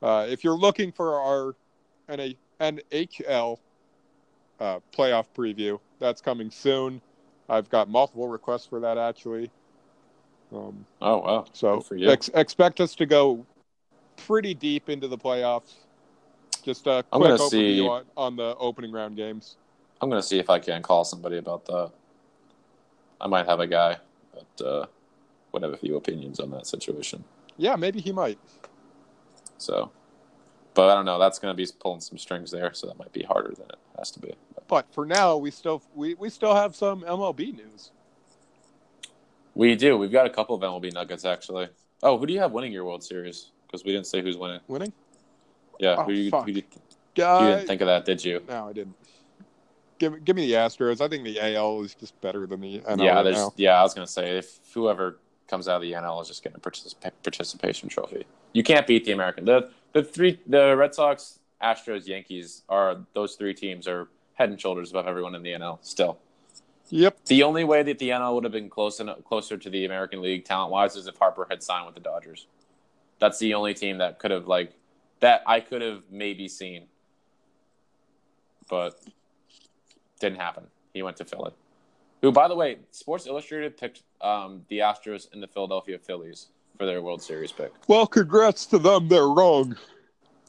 S1: Uh, if you're looking for our NA, NHL uh, playoff preview, that's coming soon. I've got multiple requests for that actually. Um,
S2: Oh wow.
S1: so
S2: Good for you.
S1: ex- expect us to go pretty deep into the playoffs. Just a
S2: I'm
S1: quick
S2: gonna
S1: overview
S2: see-
S1: on, on the opening round games.
S2: I'm gonna see if I can call somebody about that. I might have a guy that uh, would have a few opinions on that situation.
S1: Yeah, maybe he might.
S2: So, but I don't know. That's going to be pulling some strings there, so that might be harder than it has to be. But
S1: But for now, we still we, we still have some MLB news.
S2: we do. We've got a couple of MLB nuggets actually. Oh, who do you have winning your World Series? Because we didn't say who's winning.
S1: Winning?
S2: Yeah,
S1: Oh,
S2: who, you,
S1: fuck.
S2: who you, you
S1: Uh,
S2: didn't think of that, did you?
S1: no, I didn't. Give me- give me the Astros. I think the AL is just better than the NL
S2: yeah,
S1: right
S2: there's.
S1: now.
S2: Yeah, I was going to say if whoever comes out of the NL is just getting a particip- participation trophy. You can't beat the American. The the three the Red Sox, Astros, Yankees are those three teams are head and shoulders above everyone in the NL still.
S1: Yep.
S2: The only way that the NL would have been close en- closer to the American League talent wise is if Harper had signed with the Dodgers. That's the only team that could have like that I could have maybe seen, but didn't happen. He went to Philly. Who, by the way, Sports Illustrated picked um, the Astros and the Philadelphia Phillies for their World Series pick.
S1: Well, congrats to them. They're wrong.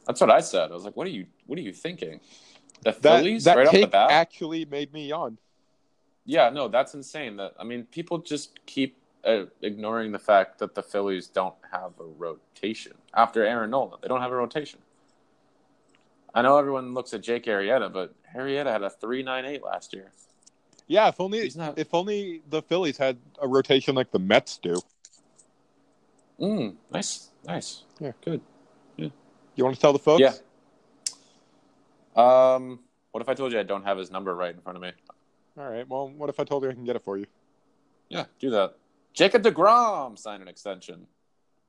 S2: That's what I said. I was like, "What are you? What are you thinking?" The
S1: That,
S2: Phillies
S1: that
S2: right off the
S1: take
S2: bat.
S1: actually made me yawn.
S2: Yeah, no, that's insane. That I mean, people just keep uh, ignoring the fact that the Phillies don't have a rotation after Aaron Nola. They don't have a rotation. I know everyone looks at Jake Arrieta, but Arrieta had a three nine eight last year.
S1: Yeah, if only
S2: He's not.
S1: if only the Phillies had a rotation like the Mets do.
S2: Mm, nice, nice.
S1: Yeah.
S2: good.
S1: You want to tell the folks?
S2: Yeah. Um, what if I told you I don't have his number right in front of me?
S1: All right. Well, what if I told you I can get it for you?
S2: Yeah, do that. Jacob Degrom signed an extension.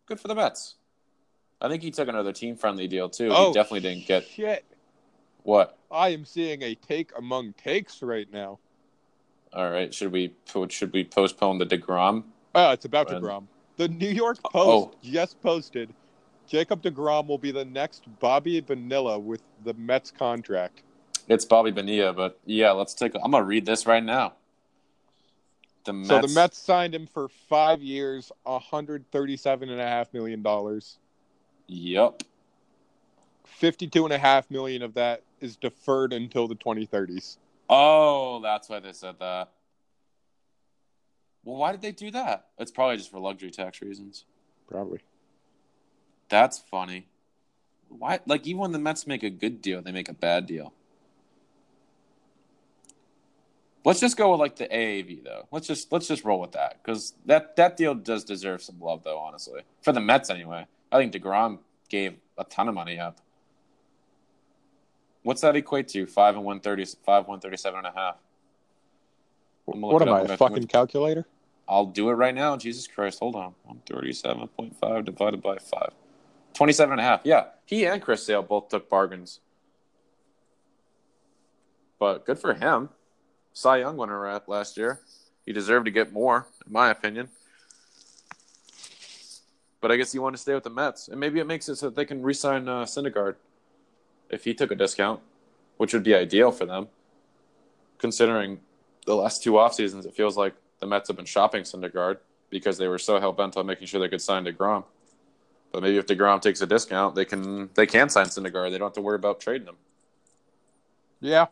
S2: Good for the Mets. I think he took another team friendly deal too.
S1: Oh.
S2: he definitely didn't get
S1: Shit!
S2: what.
S1: I am seeing a take among takes right now.
S2: All right. Should we should we postpone the Degrom?
S1: Oh, it's about
S2: Friend.
S1: Degrom. The New York Post
S2: Oh.
S1: just posted: Jacob Degrom will be the next Bobby Vanilla with the Mets contract.
S2: It's Bobby Bonilla, but yeah, let's take. I'm gonna read this right now. The Mets,
S1: So the Mets signed him for five years, $137.5 million.
S2: Yep.
S1: $52.5 million of that is deferred until the 2030s.
S2: Oh, that's why they said that. Well, why did they do that? It's probably just for luxury tax reasons.
S1: Probably.
S2: That's funny. Why? Like even when the Mets make a good deal, they make a bad deal. Let's just go with like the AAV though. Let's just let's just roll with that because that that deal does deserve some love though. Honestly, for the Mets anyway. I think Degrom gave a ton of money up. What's that equate to? Five and one thirty, five one thirty-seven and a half. I'm gonna
S1: What
S2: look it
S1: am
S2: up.
S1: I,
S2: I'm
S1: a
S2: gonna-
S1: fucking calculator?
S2: I'll do it right now. Jesus Christ, hold on. 137.5 divided by 5. 27 and a half. Yeah, he and Chris Sale both took bargains. But good for him. Cy Young winner rap last year. He deserved to get more, in my opinion. But I guess he wanted to stay with the Mets. And maybe it makes it so that they can re sign uh, Syndergaard if he took a discount, which would be ideal for them, considering the last two off seasons, it feels like the Mets have been shopping Syndergaard because they were so hell bent on making sure they could sign Degrom. But maybe if Degrom takes a discount, they can they can sign Syndergaard. They don't have to worry about trading him.
S1: Yeah.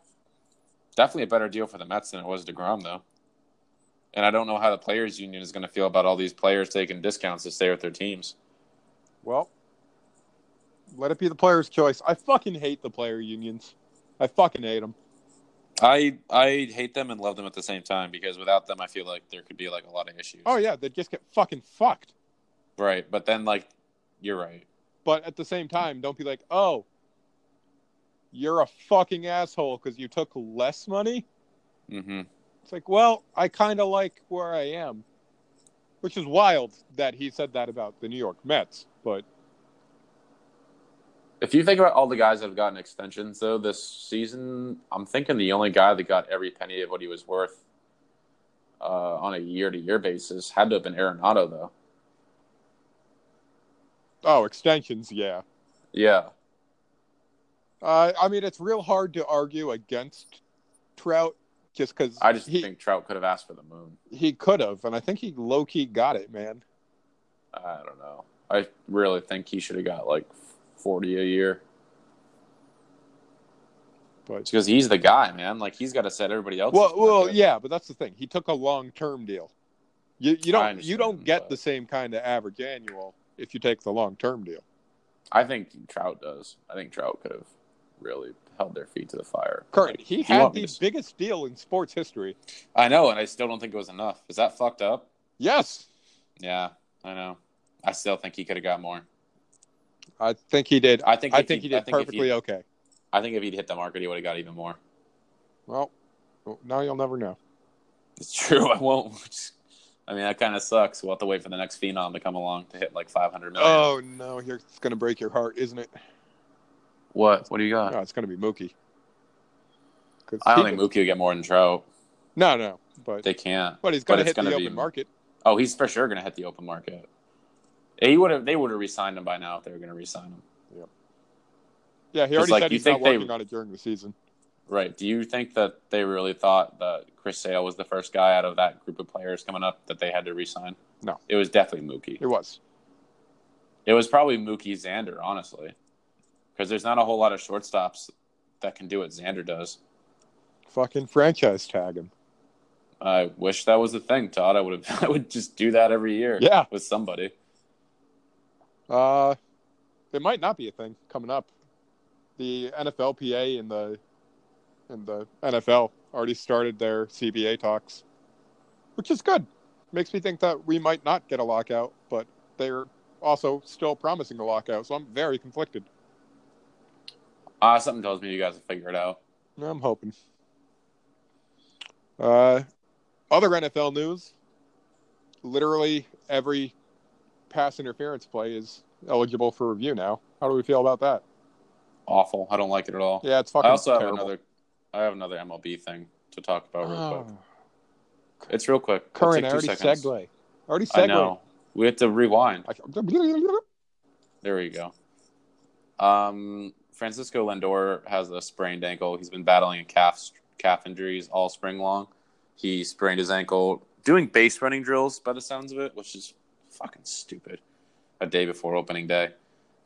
S2: Definitely a better deal for the Mets than it was Degrom, though. And I don't know how the players' union is going to feel about all these players taking discounts to stay with their teams.
S1: Well, let it be the player's choice. I fucking hate the player unions. I fucking hate them.
S2: I I hate them and love them at the same time because without them, I feel like there could be like a lot of issues.
S1: Oh, yeah. They just get fucking fucked.
S2: Right, but then like you're right.
S1: But at the same time, don't be like, oh, you're a fucking asshole because you took less money.
S2: Mm-hmm.
S1: It's like, well, I kind of like where I am, which is wild that he said that about the New York Mets. But
S2: If you think about all the guys that have gotten extensions though this season, I'm thinking the only guy that got every penny of what he was worth uh, on a year-to-year basis had to have been Arenado though.
S1: oh, extensions, yeah.
S2: Yeah,
S1: Uh, I mean, it's real hard to argue against Trout just because
S2: I just
S1: he
S2: think Trout could have asked for the moon.
S1: he could have, and I think he low key got it, man.
S2: I don't know. I really think he should have got like 40 a year.
S1: But
S2: because he's the guy, man. Like he's got to set everybody else.
S1: well, well, yeah, but that's the thing. He took a long term deal. You you
S2: I
S1: don't
S2: understand,
S1: you don't get
S2: but-
S1: the same kind of average annual if you take the long term deal.
S2: I think Trout does. I think Trout could have really held their feet to the fire.
S1: Kurt, he
S2: If you
S1: had
S2: want me
S1: the
S2: to-
S1: biggest deal in sports history.
S2: I know, and I still don't think it was enough. Is that fucked up?
S1: Yes,
S2: Yeah, I know. I still think he could have got more.
S1: I think he did.
S2: I think
S1: I
S2: if
S1: think he
S2: I
S1: did
S2: think if
S1: perfectly
S2: He,
S1: okay.
S2: I think if he'd hit the market, he would have got even more.
S1: Well, now you'll never know.
S2: It's true. I won't. I mean, that kind of sucks. We'll have to wait for the next phenom to come along to hit like 500 million.
S1: Oh no, here it's gonna break your heart, isn't it?
S2: what? What do you got?
S1: No, it's gonna be Mookie. 'Cause
S2: Uh, I don't
S1: he-
S2: think Mookie would get more than Trout.
S1: No, no, but
S2: They can't.
S1: but he's
S2: but
S1: gonna
S2: it's
S1: hit the
S2: gonna
S1: open
S2: be-
S1: market.
S2: Oh, he's for sure going to hit the open market. He would have. They would have re-signed him by now if they were going to re-sign him.
S1: Yeah, he
S2: It's
S1: already
S2: like,
S1: said
S2: you
S1: he's not
S2: think they-
S1: working on it during the season.
S2: Right. Do you think that they really thought that Chris Sale was the first guy out of that group of players coming up that they had to re-sign?
S1: No.
S2: It was definitely Mookie.
S1: It was.
S2: It was probably Mookie Xander, honestly, because there's not a whole lot of shortstops that can do what Xander does.
S1: Fucking franchise tag him.
S2: I wish that was the thing, Todd. I would have. I would just do that every year.
S1: Yeah.
S2: With somebody.
S1: Uh, it might not be a thing coming up. The NFLPA and the and the NFL already started their CBA talks, which is good. Makes me think that we might not get a lockout, but they're also still promising a lockout. So I'm very conflicted.
S2: Ah, something tells me you guys will figure it out.
S1: I'm hoping. Uh, other NFL news. Literally every pass interference play is eligible for review now. How do we feel about that?
S2: Awful. I don't like it at all.
S1: Yeah, it's fucking.
S2: I also have
S1: terrible.
S2: another. I have another MLB thing to talk about real quick.
S1: Oh,
S2: It's real quick. It'll
S1: Curran,
S2: take
S1: I
S2: two
S1: already
S2: seconds.
S1: segue. Already segue.
S2: I know. We have to rewind. There we go. Um, Francisco Lindor has a sprained ankle. He's been battling calf calf injuries all spring long. He sprained his ankle doing base running drills by the sounds of it, which is fucking stupid. A day before opening day,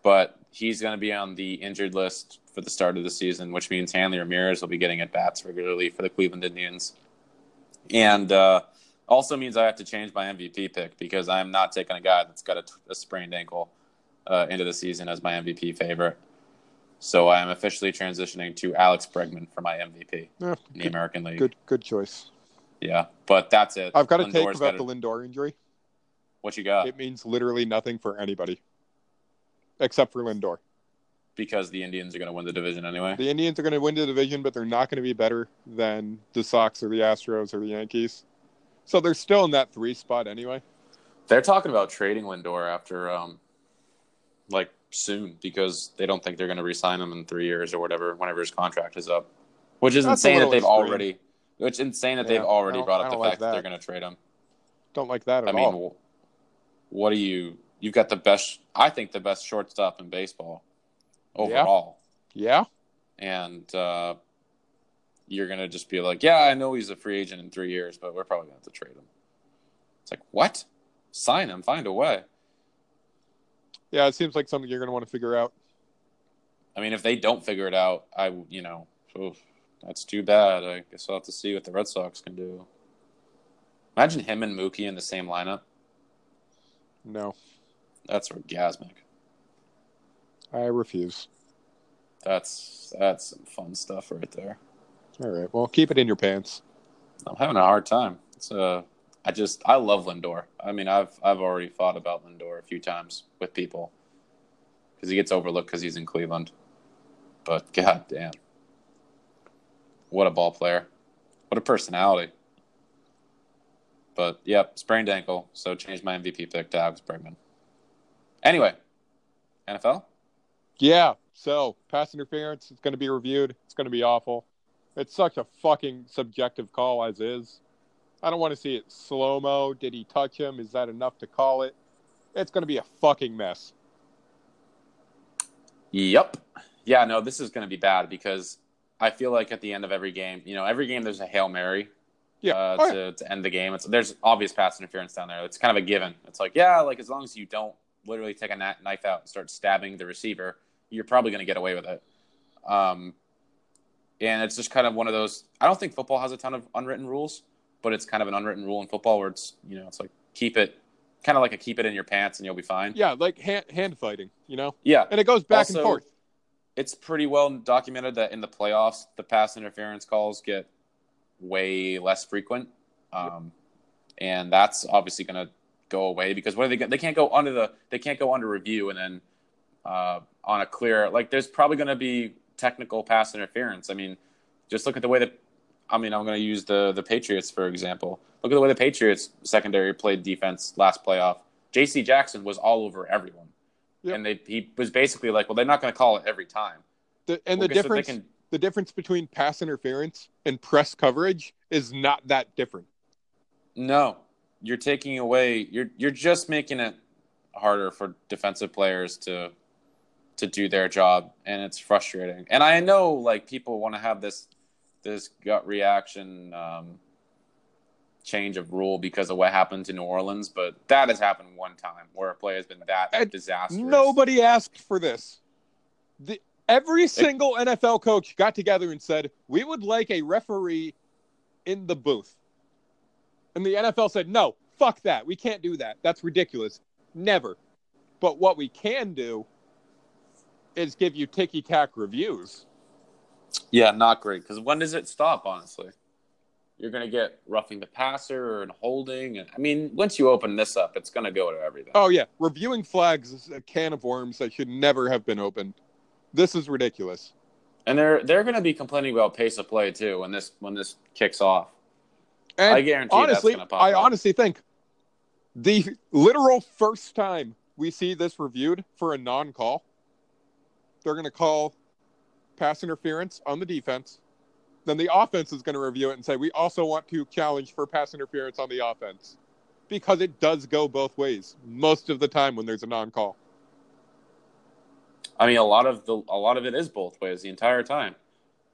S2: but he's going to be on the injured list for the start of the season, which means Hanley Ramirez will be getting at bats regularly for the Cleveland Indians, and uh, also means I have to change my MVP pick because I'm not taking a guy that's got a, a sprained ankle uh, into the season as my MVP favorite. So I am officially transitioning to Alex Bregman for my MVP
S1: Yeah,
S2: in the American League.
S1: good, good choice.
S2: Yeah, but that's it. Uh.
S1: I've got a take
S2: Lindor's
S1: about
S2: gotta-
S1: the Lindor injury.
S2: what you got
S1: It means literally nothing for anybody except for Lindor.
S2: because the Indians are going to win the division anyway.
S1: The Indians are going to win the division, but they're not going to be better than the Sox or the Astros or the Yankees. So they're still in that three spot anyway.
S2: They're talking about trading Lindor after, um, like soon because they don't think they're going to re-sign him in three years or whatever, whenever his contract is up. Which is
S1: That's a
S2: insane that
S1: little
S2: they've
S1: extreme.
S2: already, which is insane that
S1: Yeah,
S2: they've
S1: I
S2: already
S1: don't-
S2: brought
S1: I
S2: up the
S1: don't
S2: fact
S1: like
S2: that.
S1: that.
S2: they're going to trade him.
S1: Don't like that at
S2: I mean,
S1: all.
S2: wh- what do you? You've got the best. I think the best shortstop in baseball
S1: Yeah.
S2: overall.
S1: Yeah,
S2: and uh, you're gonna just be like, "Yeah, I know he's a free agent in three years, but we're probably gonna have to trade him." It's like, what? Sign him, find a way.
S1: yeah. It seems like something you're going to want to figure out.
S2: I mean, if they don't figure it out, I you know, oof, that's too bad. I guess I'll have to see what the Red Sox can do. Imagine him and Mookie in the same lineup.
S1: No,
S2: That's orgasmic.
S1: I refuse.
S2: That's that's some fun stuff right there.
S1: All right. Well, keep it in your pants.
S2: I'm having a hard time. It's uh, I just I love Lindor. I mean, I've I've already thought about Lindor a few times with people because he gets overlooked because he's in Cleveland. But god damn, what a ball player! What a personality! But yep, sprained ankle, so changed my MVP pick to Alex Bregman. Anyway, NFL.
S1: Yeah. So pass interference. It's going to be reviewed. It's going to be awful. It's such a fucking subjective call as is. I don't want to see it slow mo. Did he touch him? Is that enough to call it? It's going to be a fucking mess.
S2: Yep. Yeah, no, this is going to be bad because I feel like at the end of every game, you know, every game there's a Hail Mary.
S1: Yeah.
S2: Uh,
S1: Oh, yeah.
S2: to, to end the game. It's, there's obvious pass interference down there. It's kind of a given. It's like, yeah, like as long as you don't literally take a kni- knife out and start stabbing the receiver, you're probably going to get away with it. Um, and it's just kind of one of those. I don't think football has a ton of unwritten rules, but it's kind of an unwritten rule in football where it's, you know, it's like keep it, kind of like a keep it in your pants and you'll be fine.
S1: Yeah, like hand, hand fighting, you know?
S2: yeah.
S1: And it goes back and
S2: Also,
S1: forth.
S2: it's pretty well documented that in the playoffs, the pass interference calls get way less frequent, um, and that's obviously going to go away because what are they? Gonna, they can't go under the they can't go under review and then uh, on a clear like there's probably going to be technical pass interference. I mean, just look at the way that I mean I'm going to use the the Patriots for example. Look at the way the Patriots secondary played defense last playoff. J.C. Jackson was all over everyone.
S1: Yep.
S2: And they, he was basically like, well, they're not going to call it every time.
S1: The, and
S2: Well,
S1: the
S2: guess what? They
S1: difference
S2: can-
S1: the difference between pass interference and press coverage is not that different.
S2: no, you're taking away. You're you're just making it harder for defensive players to to do their job, and it's frustrating. And I know like people want to have this this gut reaction um, change of rule because of what happened to New Orleans, but that has happened one time where a play has been that
S1: And
S2: disastrous.
S1: Nobody asked for this. The, every single NFL coach got together and said, "We would like a referee in the booth." And the NFL said, "No, fuck that. We can't do that. That's ridiculous. Never." But what we can do is give you ticky tack reviews.
S2: Yeah, not great. Because when does it stop? Honestly, you're gonna get roughing the passer and holding. And I mean, once you open this up, it's gonna go to everything.
S1: Oh yeah, reviewing flags is a can of worms that should never have been opened. This is ridiculous.
S2: And they're they're gonna be complaining about pace of play too when this when this kicks off.
S1: And
S2: I guarantee
S1: honestly,
S2: that's gonna pop
S1: I
S2: up.
S1: honestly think the literal first time we see this reviewed for a non-call, they're going to call pass interference on the defense. Then the offense is going to review it and say, "We also want to challenge for pass interference on the offense," because it does go both ways most of the time when there's a non-call.
S2: I mean, a lot of the a lot of it is both ways the entire time.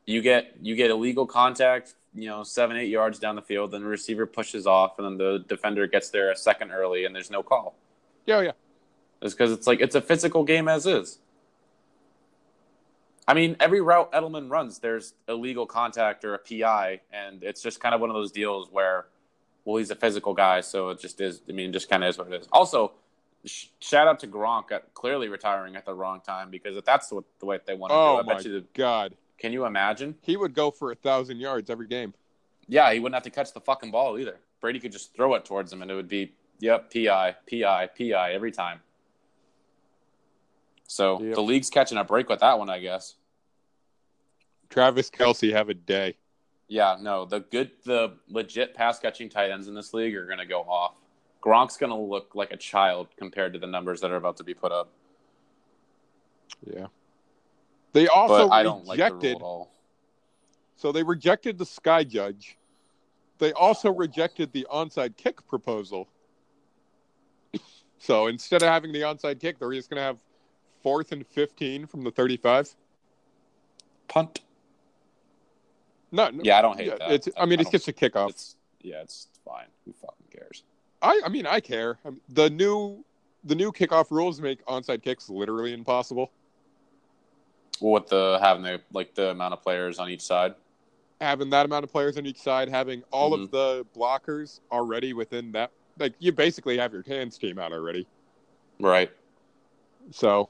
S2: you get you get illegal contact, you know, seven eight yards down the field, then the receiver pushes off, and then the defender gets there a second early, and there's no call.
S1: Yeah, yeah.
S2: It's because it's like it's a physical game as is. I mean, every route Edelman runs, there's illegal contact or a PI, and it's just kind of one of those deals where, well, he's a physical guy, so it just is. I mean, it just kind of is what it is. Also, sh- shout out to Gronk at clearly retiring at the wrong time because if that's what the way they want to
S1: Oh
S2: do, I
S1: my
S2: bet you.
S1: god,
S2: Can you imagine?
S1: he would go for a thousand yards every game.
S2: Yeah, he wouldn't have to catch the fucking ball either. Brady could just throw it towards him, and it would be yep, pi, pi, pi every time. So
S1: Yep.
S2: the league's catching a break with that one, I guess.
S1: Travis Kelsey have a day.
S2: Yeah, no, the good, the legit pass catching tight ends in this league are going to go off. Gronk's going to look like a child compared to the numbers that are about to be put up.
S1: Yeah. They also
S2: but I don't like the rule
S1: rejected
S2: at all.
S1: so they rejected the sky judge. They also rejected the onside kick proposal. So instead of having the onside kick, they're just gonna have fourth and fifteen from the thirty-five.
S2: Punt.
S1: No, no
S2: Yeah, I don't hate
S1: yeah,
S2: that.
S1: It's, I mean, it's
S2: don't-
S1: just a kickoff.
S2: it's- yeah, it's fine. Who fucking cares?
S1: I, I mean, I care. I mean, the new, the new kickoff rules make onside kicks literally impossible.
S2: Well, with the having the like the amount of players on each side.
S1: Having that amount of players on each side, having all
S2: Mm-hmm.
S1: of the blockers already within that, like you basically have your hands team out already.
S2: Right.
S1: So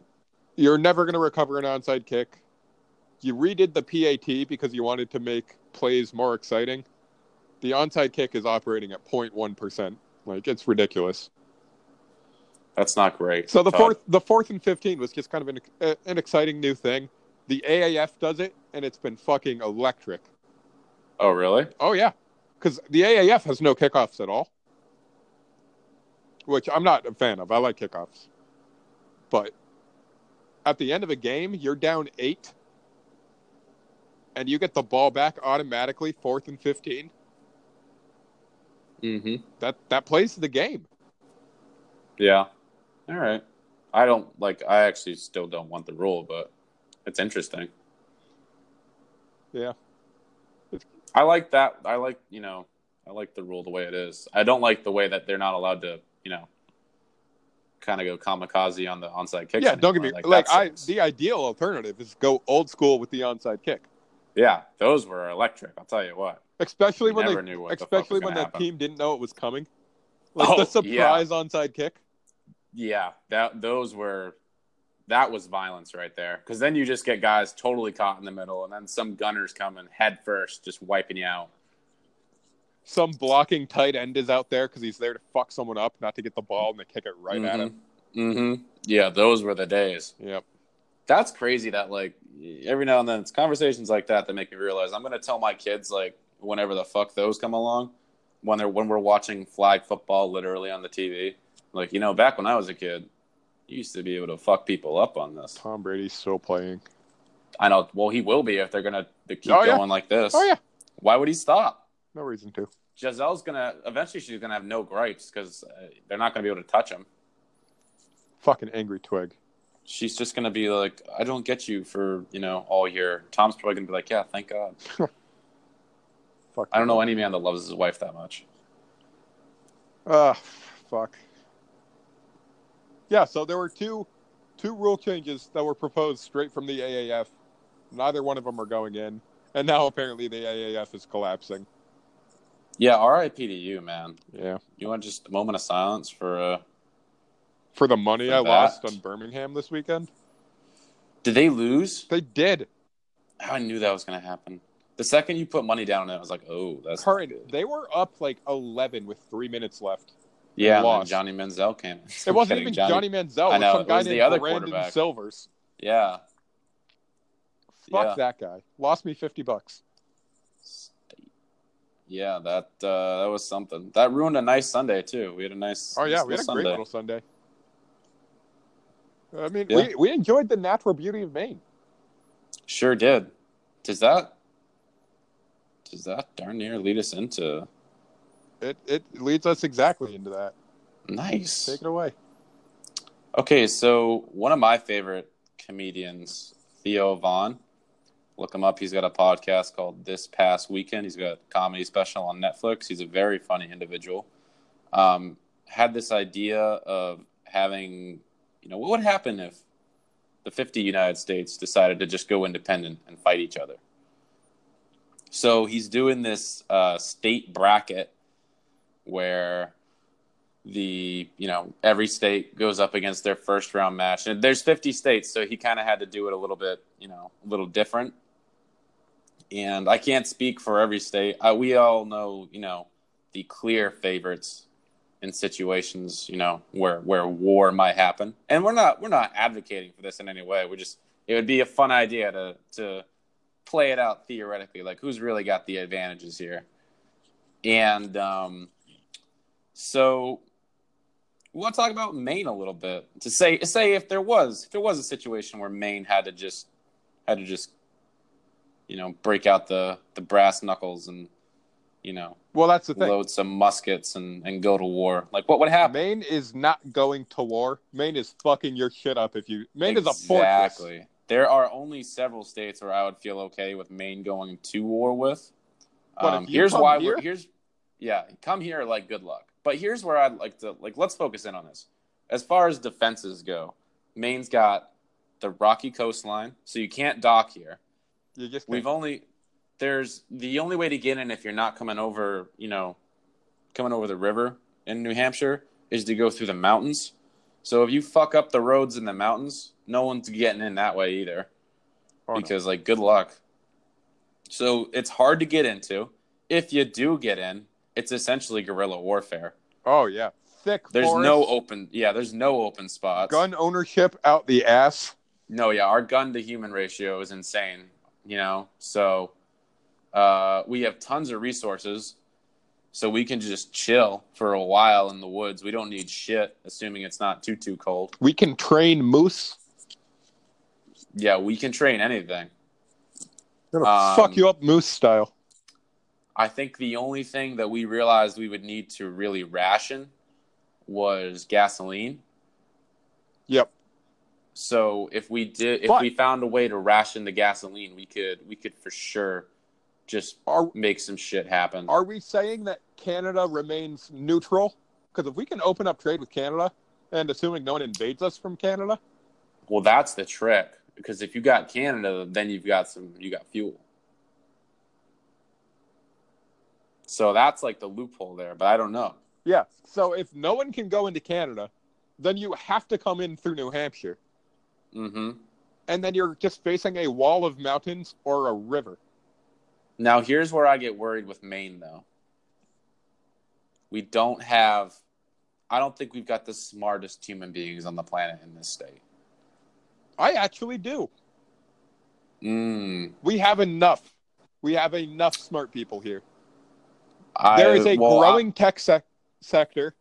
S1: you're never going to recover an onside kick. You redid the PAT because you wanted to make plays more exciting. The onside kick is operating at 0.1%. Like it's ridiculous.
S2: That's not great.
S1: So the
S2: Todd.
S1: fourth, the fourth and fifteen was just kind of an, uh, an exciting new thing. The AAF does it, and it's been fucking electric.
S2: Oh, really?
S1: Oh yeah, because the AAF has no kickoffs at all, which I'm not a fan of. I like kickoffs, but at the end of a game, you're down eight, and you get the ball back automatically, fourth and fifteen.
S2: Mm-hmm.
S1: That that plays the game.
S2: Yeah. All right. I don't like. I actually still don't want the rule, but it's interesting.
S1: Yeah.
S2: I like that. I like you know. I like the rule the way it is. I don't like the way that they're not allowed to you know. Kind of go kamikaze on the onside kicks.
S1: yeah, don't get me
S2: anymore.
S1: like
S2: that
S1: I.
S2: sucks.
S1: The ideal alternative is go old school with the onside kick.
S2: yeah, those were electric. I'll tell you what.
S1: Especially
S2: You
S1: when
S2: never
S1: they,
S2: knew what the fuck
S1: especially
S2: was
S1: when
S2: gonna
S1: that
S2: happen.
S1: team didn't know it was coming. Like
S2: Oh,
S1: the
S2: yeah.
S1: surprise onside kick.
S2: Yeah, that those were that was violence right there. Because then you just get guys totally caught in the middle, and then some gunners coming head first, just wiping you out.
S1: Some blocking tight end is out there because he's there to fuck someone up, not to get the ball, and they kick it right at him.
S2: Mm-hmm. Yeah, those were the days.
S1: Yep.
S2: That's crazy. That like every now and then it's conversations like that that make me realize I'm gonna tell my kids like whenever the fuck those come along, when they're when we're watching flag football literally on the TV, like you know back when I was a kid, you used to be able to fuck people up on this.
S1: Tom Brady's still playing.
S2: I know. Well, he will be if they're gonna they keep
S1: Oh, yeah.
S2: going like this.
S1: Oh yeah,
S2: Why would he stop?
S1: no reason to.
S2: Giselle's gonna eventually she's gonna have no gripes because uh, they're not gonna be able to touch him.
S1: Fucking angry twig.
S2: She's just gonna be like, I don't get you for you know all year. Tom's probably gonna be like, Yeah, thank God.
S1: Fuck.
S2: I don't know any man that loves his wife that much.
S1: Ah, fuck. Yeah. So there were two, two rule changes that were proposed straight from the AAF. Neither one of them are going in, and now apparently the AAF is collapsing.
S2: Yeah, R.I.P. to you, man.
S1: Yeah.
S2: You want just a moment of silence for? Uh...
S1: For the money
S2: For
S1: I
S2: that.
S1: lost on Birmingham this weekend.
S2: Did they lose?
S1: They did.
S2: I knew that was gonna happen. The second you put money down, on it I was like, Oh, that's
S1: Current, they were up like 11 with three minutes left.
S2: yeah. and then
S1: lost.
S2: Johnny Manziel came.
S1: It wasn't even Johnny, Manziel.
S2: I
S1: It was
S2: know,
S1: some
S2: it
S1: guy
S2: was the
S1: named
S2: other
S1: Brandon
S2: quarterback.
S1: Silvers.
S2: Yeah,
S1: Fuck
S2: Yeah.
S1: that guy. Lost me 50 bucks.
S2: Yeah, that uh, that was something. That ruined a nice Sunday too. We had a nice.
S1: Oh, yeah.
S2: nice
S1: We had a great
S2: little Sunday.
S1: little Sunday. I mean,
S2: Yeah.
S1: we, we enjoyed the natural beauty of Maine.
S2: Sure did. Does that? Does that darn near lead us into
S1: It, it leads us exactly into that.
S2: nice?
S1: Take it away.
S2: Okay, so one of my favorite comedians, Theo Vaughn, Look him up. He's got a podcast called This Past Weekend. He's got a comedy special on Netflix. He's a very funny individual. Um, had this idea of having, you know, what would happen if the 50 United States decided to just go independent and fight each other? So he's doing this uh, state bracket where the you know every state goes up against their first round match and there's 50 states so he kind of had to do it a little bit you know a little different and i can't speak for every state I, we all know you know the clear favorites in situations you know where where war might happen and we're not we're not advocating for this in any way we're just it would be a fun idea to to play it out theoretically like who's really got the advantages here and um so we want to talk about Maine a little bit to say say if there was if there was a situation where Maine had to just had to just you know break out the the brass knuckles and you know
S1: Well, that's the thing.
S2: load some muskets and and go to war like what would happen
S1: Maine is not going to war. Maine is fucking your shit up if you. Maine is a fortress.
S2: Exactly. There are only several states where I would feel okay with Maine going to war with.
S1: But if
S2: Um,
S1: you
S2: here's
S1: come
S2: why
S1: here-
S2: we're here's yeah, come here like good luck. But here's where I'd like to like let's focus in on this. As far as defenses go, Maine's got the rocky coastline, so you can't dock here.
S1: You just
S2: We've only there's the only way to get in if you're not coming over, you know, coming over the river in New Hampshire is to go through the mountains. So if you fuck up the roads in the mountains, no one's getting in that way either
S1: Oh, no.
S2: because like good luck. So it's hard to get into. If you do get in, it's essentially guerrilla warfare.
S1: oh yeah, thick.
S2: There's
S1: forest,
S2: no open yeah, there's no open spots.
S1: gun ownership out the ass.
S2: No, yeah, our gun to human ratio is insane, you know? So uh, we have tons of resources. So we can just chill for a while in the woods. We don't need shit, assuming it's not too too cold.
S1: We can train moose.
S2: Yeah, we can train anything.
S1: Gonna
S2: Um,
S1: fuck you up moose style.
S2: I think the only thing that we realized we would need to really ration was gasoline.
S1: Yep.
S2: So if we did, if
S1: But-
S2: we found a way to ration the gasoline, we could we could for sure just
S1: Are
S2: make some shit happen.
S1: are we saying that Canada remains neutral? Because if we can open up trade with Canada, and assuming no one invades us from Canada,
S2: Well, that's the trick because if you got Canada, then you've got some you got fuel. So that's like the loophole there, but I don't know.
S1: yeah. So if no one can go into Canada, then you have to come in through New Hampshire,
S2: hmm
S1: and then you're just facing a wall of mountains or a river.
S2: Now here's where I get worried with Maine though. We don't have I don't think we've got the smartest human beings on the planet in this state.
S1: I actually do.
S2: Mm,
S1: We have enough. We have enough smart people here.
S2: I,
S1: there is a
S2: well, I-
S1: growing tech sec- sector.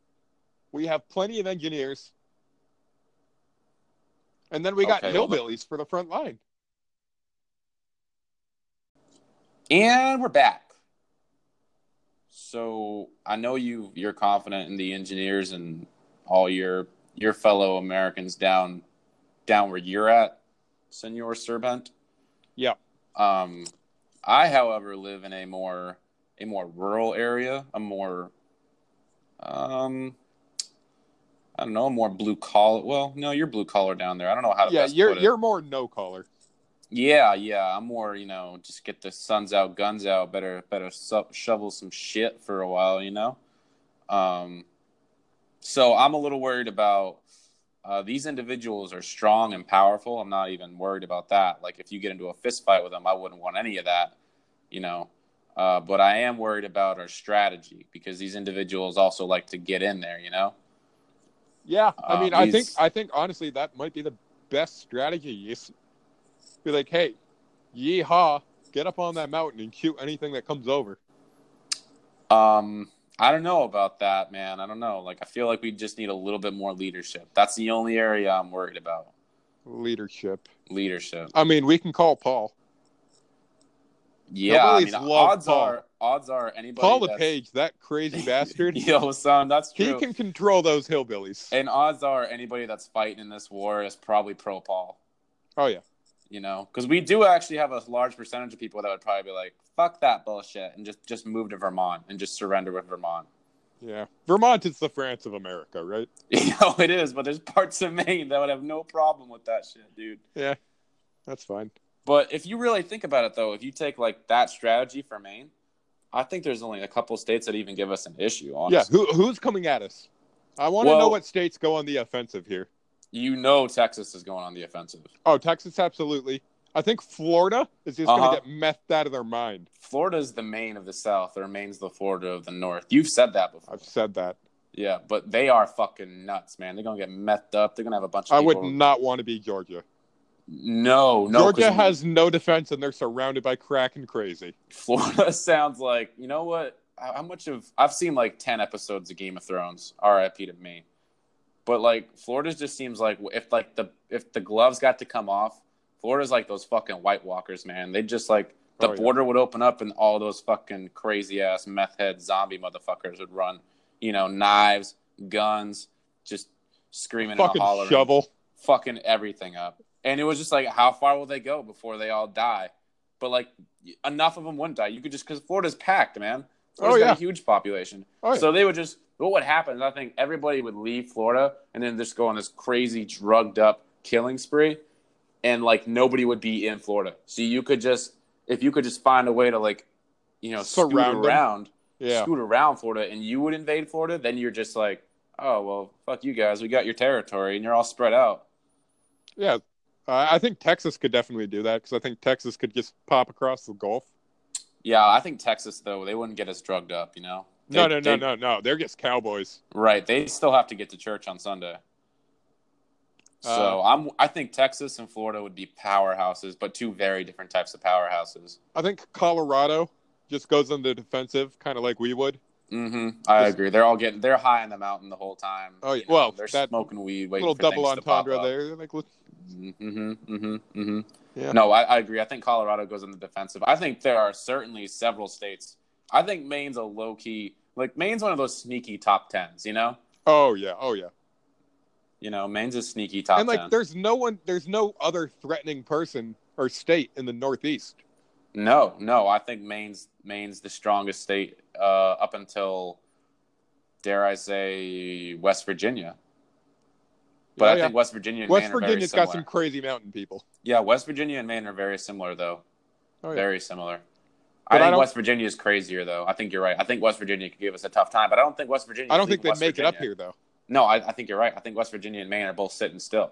S1: We have plenty of engineers. And then we got
S2: Okay, well,
S1: hillbillies for the front line.
S2: And we're back. So I know you you're confident in the engineers and all your your fellow Americans down down where you're at, Senor Serpent.
S1: Yeah.
S2: Um I, however, live in a more a more rural area, a more um I don't know, a more blue collar. Well, no, you're blue collar down there. I don't know how to
S1: Yeah,
S2: best
S1: you're
S2: put it.
S1: you're more no caller.
S2: Yeah, yeah. I'm more, you know, just get the suns out, guns out. Better, better so- shovel some shit for a while, you know. Um, so I'm a little worried about uh, these individuals are strong and powerful. I'm not even worried about that. Like if you get into a fist fight with them, I wouldn't want any of that, you know. Uh, but I am worried about our strategy because these individuals also like to get in there, you know.
S1: Yeah, I
S2: Uh,
S1: mean, I think
S2: these-
S1: I think honestly that might be the best strategy. You s- Be like, hey, yeehaw, get up on that mountain and shoot anything that comes over.
S2: Um, I don't know about that, man. I don't know. Like, I feel like we just need a little bit more leadership. That's the only area I'm worried about.
S1: Leadership.
S2: Leadership.
S1: I mean, we can call Paul.
S2: Yeah, I
S1: Nobody's
S2: mean,
S1: loved
S2: odds
S1: Paul.
S2: are, odds are anybody.
S1: Paul
S2: that's-
S1: LePage, that crazy bastard.
S2: Yo, son, that's
S1: he
S2: true.
S1: can control those hillbillies.
S2: And odds are anybody that's fighting in this war is probably pro Paul.
S1: Oh yeah.
S2: you know, because we do actually have a large percentage of people that would probably be like, "Fuck that bullshit," and just just move to Vermont and just surrender with Vermont.
S1: Yeah. Vermont is the France of America, right?
S2: You know, it is, but there's parts of Maine that would have no problem with that shit, dude.
S1: Yeah. That's fine.
S2: But if you really think about it, though, if you take like that strategy for Maine, I think there's only a couple states that even give us an issue.
S1: Yeah.
S2: Honestly,
S1: Who, who's coming at us? I want to know
S2: Well-
S1: what states go on the offensive here.
S2: you know, Texas is going on the offensive.
S1: Oh, Texas, absolutely. I think Florida is just
S2: Uh-huh.
S1: going to get methed out of their mind.
S2: Florida's the Maine of the South, or Maine's the Florida of the North. You've said that before.
S1: I've said that.
S2: Yeah, but they are fucking nuts, man. They're gonna get methed up. They're gonna have a bunch of.
S1: I would
S2: people-
S1: not want to be Georgia.
S2: No, no. 'cause
S1: Georgia has no defense and they're surrounded by crack and crazy.
S2: Florida sounds like you know what? How how much of I've seen like ten episodes of Game of Thrones. R.I.P. to me. But like Florida just seems like if like the if the gloves got to come off, Florida's like those fucking White Walkers, man. They just like the
S1: Oh, yeah.
S2: border would open up and all those fucking crazy ass meth head zombie motherfuckers would run. You know, knives, guns, just screaming and
S1: Fucking
S2: hollering.
S1: shovel.
S2: fucking everything up. And it was just like, how far will they go before they all die? But like, enough of them wouldn't die. You could just because Florida's packed, man. Florida's
S1: Oh,
S2: got
S1: yeah.
S2: a huge population,
S1: Oh, yeah.
S2: so they would just. What would happen is I think everybody would leave Florida and then just go on this crazy drugged up killing spree, and like nobody would be in Florida. So you could just if you could just find a way to like, you know, scoot
S1: Surround 'em.
S2: around
S1: yeah.
S2: scoot around Florida and you would invade Florida, then you're just like, oh well, fuck you guys, we got your territory and you're all spread out.
S1: Yeah. Uh, I think Texas could definitely do that because I think Texas could just pop across the Gulf.
S2: Yeah, I think Texas though they wouldn't get us drugged up, you know.
S1: No, no,
S2: They-
S1: no,
S2: they-
S1: no, no. They're just cowboys.
S2: Right, they still have to get to church on Sunday.
S1: Uh,
S2: So I'm I think Texas and Florida would be powerhouses, but two very different types of powerhouses.
S1: I think Colorado just goes on the defensive, kind of like we would.
S2: Mm-hmm. I
S1: Just-
S2: agree. They're all getting they're high in the mountain the whole time.
S1: Oh, yeah.
S2: You know,
S1: Well,
S2: they're
S1: that
S2: smoking weed, waiting
S1: Little
S2: for
S1: double
S2: things to pop
S1: entendre
S2: up.
S1: there. Like, look-
S2: Mm-hmm, mm-hmm, mm-hmm.
S1: Yeah.
S2: No, I, I agree. I think Colorado goes in the defensive. I think there are certainly several states. I think Maine's a low key, like Maine's one of those sneaky top tens. You know,
S1: oh yeah, oh yeah.
S2: you know, Maine's a sneaky top
S1: and like,
S2: ten.
S1: there's no one, there's no other threatening person or state in the Northeast.
S2: No, no, I think Maine's Maine's the strongest state uh, up until, dare I say, West Virginia. But
S1: Oh,
S2: I
S1: yeah.
S2: think West Virginia and
S1: West
S2: Maine
S1: Virginia's
S2: are very
S1: got
S2: similar.
S1: some crazy mountain people.
S2: Yeah, West Virginia and Maine are very similar though.
S1: Oh yeah.
S2: Very similar.
S1: But
S2: I
S1: I
S2: think
S1: don't-
S2: West Virginia is crazier, though. I think you're right. I think West Virginia could give us a tough time, but I don't think West Virginia.
S1: I don't
S2: is
S1: think
S2: even
S1: they'd
S2: West
S1: make it up
S2: Virginia.
S1: here though.
S2: No, I, I think you're right. I think West Virginia and Maine are both sitting still.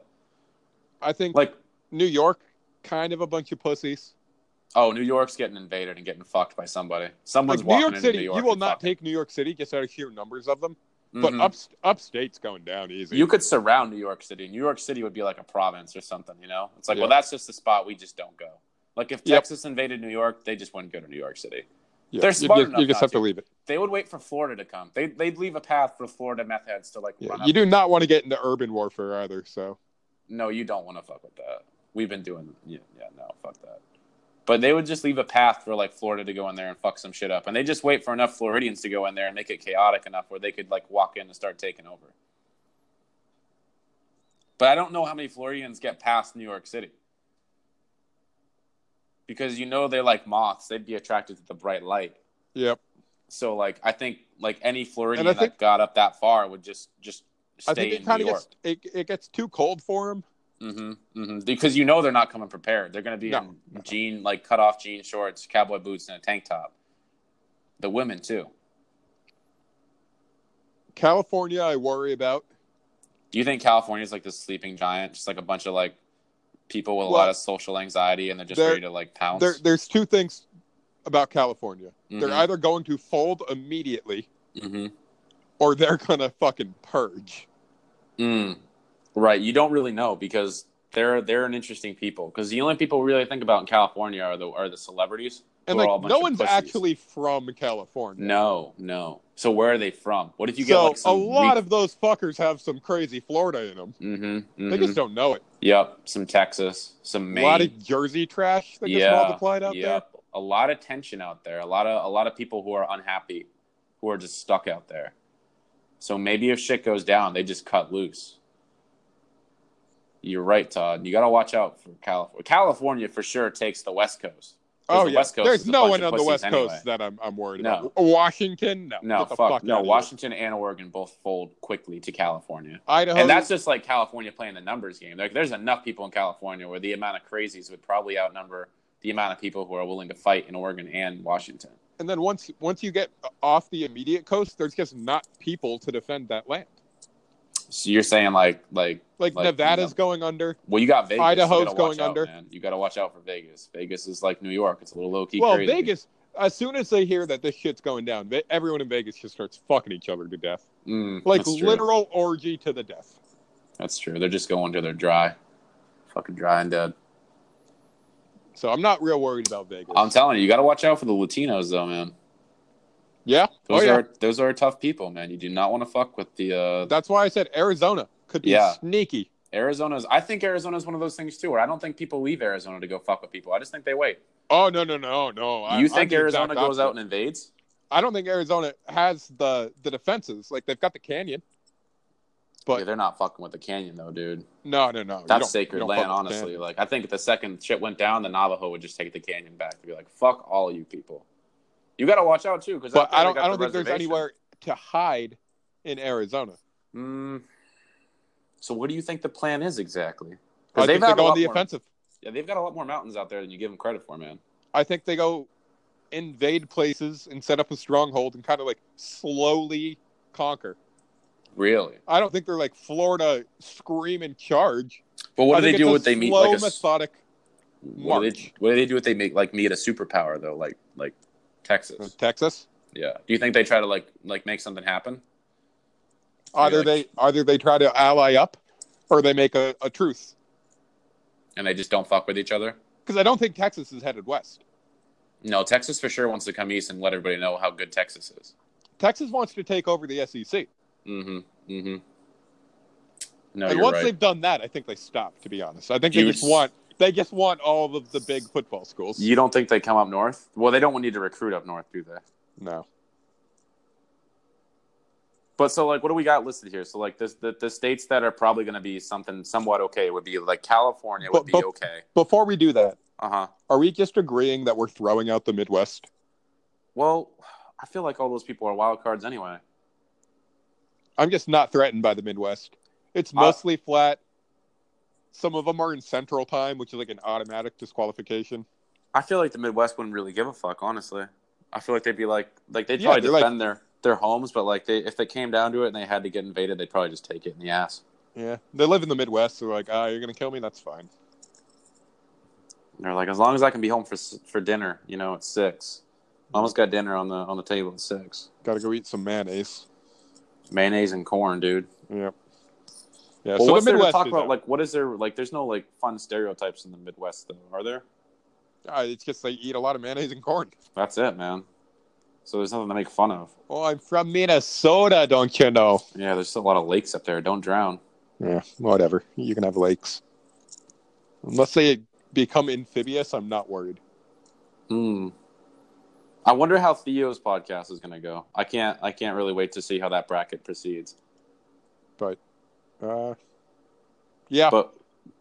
S1: I think
S2: Like,
S1: New York, kind of a bunch of pussies.
S2: oh, New York's getting invaded and getting fucked by somebody. Someone's
S1: Like New
S2: walking
S1: York
S2: into
S1: City,
S2: New York.
S1: you will
S2: and
S1: not
S2: fucking-
S1: take New York City just out of sheer numbers of them.
S2: Mhm.
S1: But up, upstate's going down easy.
S2: you could surround New York City. New York City would be like a province or something. You know, it's like,
S1: Yeah.
S2: well, that's just the spot we just don't go. Like if
S1: Yep.
S2: Texas invaded New York, they just wouldn't go to New York City.
S1: Yeah,
S2: They're
S1: you
S2: smart
S1: just,
S2: enough
S1: you just
S2: not
S1: have
S2: to.
S1: to leave it.
S2: They would wait for Florida to come. They they'd leave a path for Florida meth heads to like
S1: Yeah,
S2: run up
S1: you do not want to get into urban warfare either. So
S2: no, you don't want to fuck with that. We've been doing, yeah, yeah, no, fuck that. But they would just leave a path for like Florida to go in there and fuck some shit up, and they just wait for enough Floridians to go in there and make it chaotic enough where they could like walk in and start taking over. But I don't know how many Floridians get past New York City because you know they're like moths; they'd be attracted to the bright light.
S1: yep,
S2: So, like, I think like any Floridian
S1: And I think-
S2: that got up that far would just just stay
S1: I think
S2: in
S1: it
S2: New
S1: kind of
S2: York.
S1: gets it, it gets too cold for him.
S2: hmm hmm Because you know they're not coming prepared. They're going to be
S1: No,
S2: in
S1: no.
S2: jean, like cut off jean shorts, cowboy boots, and a tank top. The women too.
S1: California, I worry about.
S2: Do you think California's like this sleeping giant, just like a bunch of like people with a
S1: Well,
S2: lot of social anxiety, and they're just
S1: they're-
S2: ready to like pounce?
S1: There, there's two things about California. They're
S2: Mhm,
S1: either going to fold immediately
S2: mhm.
S1: or they're gonna fucking purge.
S2: Mm. Right. You don't really know because they're they're an interesting people. Because the only people we really think about in California are the are the celebrities.
S1: And
S2: who are all a
S1: like,
S2: bunch
S1: no
S2: of
S1: one's
S2: pussies.
S1: actually from California.
S2: No, no. So where are they from? What if Mm-hmm. you get
S1: so
S2: like some
S1: a lot
S2: weak-
S1: of those fuckers have some crazy Florida in them.
S2: Mhm,
S1: They
S2: mhm.
S1: just don't know it.
S2: Yep, some Texas, some Maine.
S1: A lot of Jersey trash that gets
S2: yeah,
S1: multiplied out there.
S2: yep. A lot of tension out there. A lot of a lot of people who are unhappy, who are just stuck out there. So maybe if shit goes down, they just cut loose. You're right, Todd. You got to watch out for California. California for sure takes the West Coast. 'Cause
S1: Oh
S2: the
S1: yeah,
S2: West Coast
S1: there's
S2: is a
S1: no
S2: bunch
S1: one
S2: of
S1: on the
S2: pussies
S1: West
S2: anyway.
S1: Coast that I'm I'm worried
S2: No.
S1: about. Washington, no,
S2: No,
S1: Get the
S2: fuck,
S1: fuck
S2: no.
S1: outta here.
S2: Washington and Oregon both fold quickly to California,
S1: Idaho,
S2: and that's just like California playing the numbers game. Like, there's enough people in California where the amount of crazies would probably outnumber the amount of people who are willing to fight in Oregon and Washington.
S1: and then once once you get off the immediate coast, there's just not people to defend that land.
S2: So you're saying like, like,
S1: Like,
S2: Like,
S1: Nevada's
S2: no.
S1: going under.
S2: well, you got Vegas. You
S1: Idaho's
S2: gotta watch
S1: going
S2: out,
S1: under.
S2: Man. You got to watch out for Vegas. Vegas is like New York. It's a little low key.
S1: Well,
S2: crazy.
S1: Vegas. As soon as they hear that this shit's going down, they, everyone in Vegas just starts fucking each other to death,
S2: Mm,
S1: like
S2: that's true.
S1: literal orgy to the death.
S2: That's true. They're just going to their dry, fucking dry and dead.
S1: So I'm not real worried about Vegas.
S2: I'm telling you, you got to watch out for the Latinos, though, man.
S1: yeah,
S2: Those
S1: oh yeah.
S2: are those are tough people, man. You do not want to fuck with the uh,
S1: That's why I said Arizona could be
S2: Yeah.
S1: sneaky.
S2: Arizona's. I think Arizona's one of those things too, where I don't think people leave Arizona to go fuck with people. I just think they wait.
S1: Oh no no no no! I-
S2: you
S1: I'm
S2: think
S1: the
S2: Arizona
S1: exact
S2: goes
S1: opposite.
S2: out and invades?
S1: I don't think Arizona has the the defenses. Like they've got the canyon. But-
S2: yeah, they're not fucking with the canyon though, dude.
S1: No, no, no. You don't-
S2: That's
S1: you
S2: sacred
S1: don't
S2: land,
S1: fuck with
S2: honestly.
S1: that.
S2: Like I think the second shit went down, the Navajo would just take the canyon back to be like, "Fuck all you people." You got to watch out too, because
S1: But I don't. I don't think there's anywhere to hide in Arizona.
S2: Mm. So what do you think the plan is exactly? 'Cause
S1: I
S2: they've
S1: think they
S2: had a
S1: go
S2: lot
S1: on the
S2: more-
S1: offensive.
S2: Yeah, they've got a lot more mountains out there than you give them credit for, man.
S1: I think they go invade places and set up a stronghold and kind of like slowly conquer.
S2: Really?
S1: I don't think they're like Florida scream and charge.
S2: But what
S1: I
S2: do they
S1: think
S2: do?
S1: it's a
S2: What they meet
S1: slow,
S2: like a s-
S1: methodic.
S2: what do, they,
S1: march.
S2: what do they do? What they make like meet a superpower though, like like
S1: Hmm.
S2: Texas.
S1: Texas.
S2: Yeah. Do you think they try to like like make something happen?
S1: Either
S2: like-
S1: they either they try to ally up, or they make a, a truce.
S2: And they just don't fuck with each other?
S1: Because I don't think Texas is headed west.
S2: No, Texas for sure wants to come east and let everybody know how good Texas is.
S1: Texas wants to take over the E SEC.
S2: Mm-hmm. Mm-hmm. No,
S1: and
S2: you're
S1: once
S2: right.
S1: they've done that, I think they stop. To be honest, I think
S2: You
S1: they just
S2: s-
S1: want they just want all of the big football schools.
S2: You don't think they come up north? Well, they don't need to recruit up north, do they?
S1: No,
S2: But so, like, what do we got listed here? So, like, this, the, the states that are probably going to be something somewhat okay would be like California would
S1: But-
S2: be
S1: but-
S2: okay.
S1: before we do that,
S2: Uh huh.
S1: are we just agreeing that we're throwing out the Midwest?
S2: Well, I feel like all those people are wild cards anyway.
S1: I'm just not threatened by the Midwest. It's
S2: Uh,
S1: mostly flat. Some of them are in Central Time, which is like an automatic disqualification.
S2: I feel like the Midwest wouldn't really give a fuck, honestly. I feel like they'd be like, like they'd
S1: Yeah,
S2: probably
S1: they're like-
S2: defend their their homes, but like they, if they came down to it and they had to get invaded, they'd probably just take it in the ass.
S1: Yeah, they live in the Midwest, so they're like, ah, you're gonna kill me. That's fine.
S2: And they're like, as long as I can be home for s- for dinner, you know, at six. I almost got dinner on the on the table at six.
S1: Got to go eat some mayonnaise.
S2: Mayonnaise and corn, dude.
S1: Yep. Yeah.
S2: Well,
S1: so
S2: what's
S1: the
S2: there to
S1: Midwest
S2: talk
S1: is
S2: about?
S1: out.
S2: Like, what is there? Like, there's no like fun stereotypes in the Midwest, though, are there?
S1: Uh, it's just they eat a lot of mayonnaise and corn.
S2: That's it, man. So there's nothing to make fun of.
S1: Oh, I'm from Minnesota, don't you know?
S2: Yeah, there's a lot of lakes up there. Don't drown.
S1: Yeah, whatever. You can have lakes. Unless they become amphibious, I'm not worried.
S2: Hmm. I wonder how Theo's podcast is gonna go. I can't. I can't really wait to see how that bracket proceeds.
S1: Uh, yeah,
S2: But,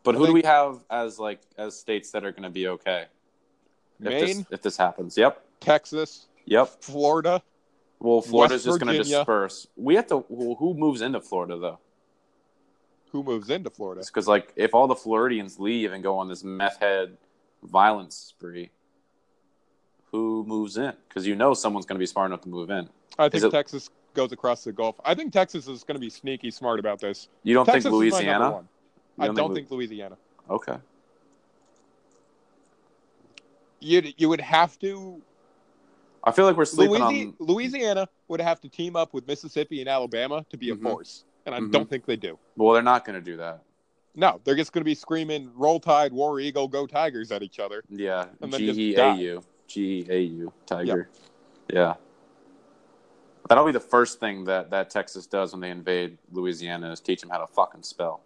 S2: but
S1: I
S2: who do we
S1: think-
S2: have as like as states that are gonna be okay if
S1: Maine,
S2: this if this happens? Yep.
S1: Texas,
S2: Yep.
S1: Florida.
S2: Well, Florida's just going to
S1: Virginia.
S2: disperse. We have to. Who who moves into Florida though?
S1: Who moves into Florida?
S2: Because like, if all the Floridians leave and go on this meth head violence spree, who moves in? Because you know someone's going to be smart enough to move in.
S1: I
S2: Is
S1: think
S2: it-
S1: Texas goes across the Gulf. I think Texas is going to be sneaky smart about this.
S2: You don't
S1: Texas
S2: think
S1: is my number
S2: Louisiana?
S1: one.
S2: You
S1: I don't
S2: Lu-
S1: think Louisiana.
S2: Okay.
S1: You'd, you would have to.
S2: I feel like we're sleeping
S1: Louisi-
S2: on.
S1: Louisiana would have to team up with Mississippi and Alabama to be a
S2: Mhm.
S1: force. And I
S2: Mhm.
S1: don't think they do.
S2: Well, they're not going to do that.
S1: No, they're just going to be screaming "Roll Tide, War Eagle, Go Tigers" at each other.
S2: Yeah.
S1: And then
S2: G
S1: just
S2: E A U. G E A U. Tiger. Yeah. That'll be the first thing that, that Texas does when they invade Louisiana is teach them how to fucking spell.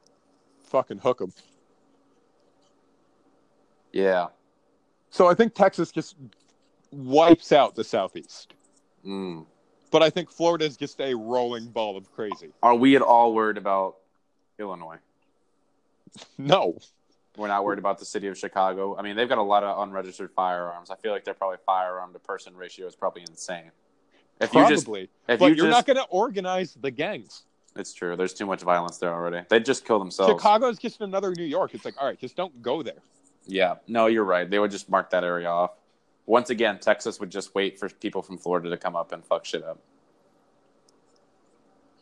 S1: Fucking hook them.
S2: Yeah.
S1: So I think Texas just wipes out the Southeast,
S2: Mm.
S1: but I think Florida is just a rolling ball of crazy.
S2: Are we at all worried about Illinois?
S1: No.
S2: We're not worried about the city of Chicago. I mean, they've got a lot of unregistered firearms. I feel like their probably firearm to person ratio is probably insane. If
S1: Probably.
S2: you just, if
S1: but
S2: you
S1: you are not
S2: just,
S1: going to organize the gangs.
S2: it's true. There's too much violence there already. They just kill themselves.
S1: Chicago is just another New York. It's like, all right, just don't go there.
S2: Yeah, no, you're right. They would just mark that area off. Once again, Texas would just wait for people from Florida to come up and fuck shit up.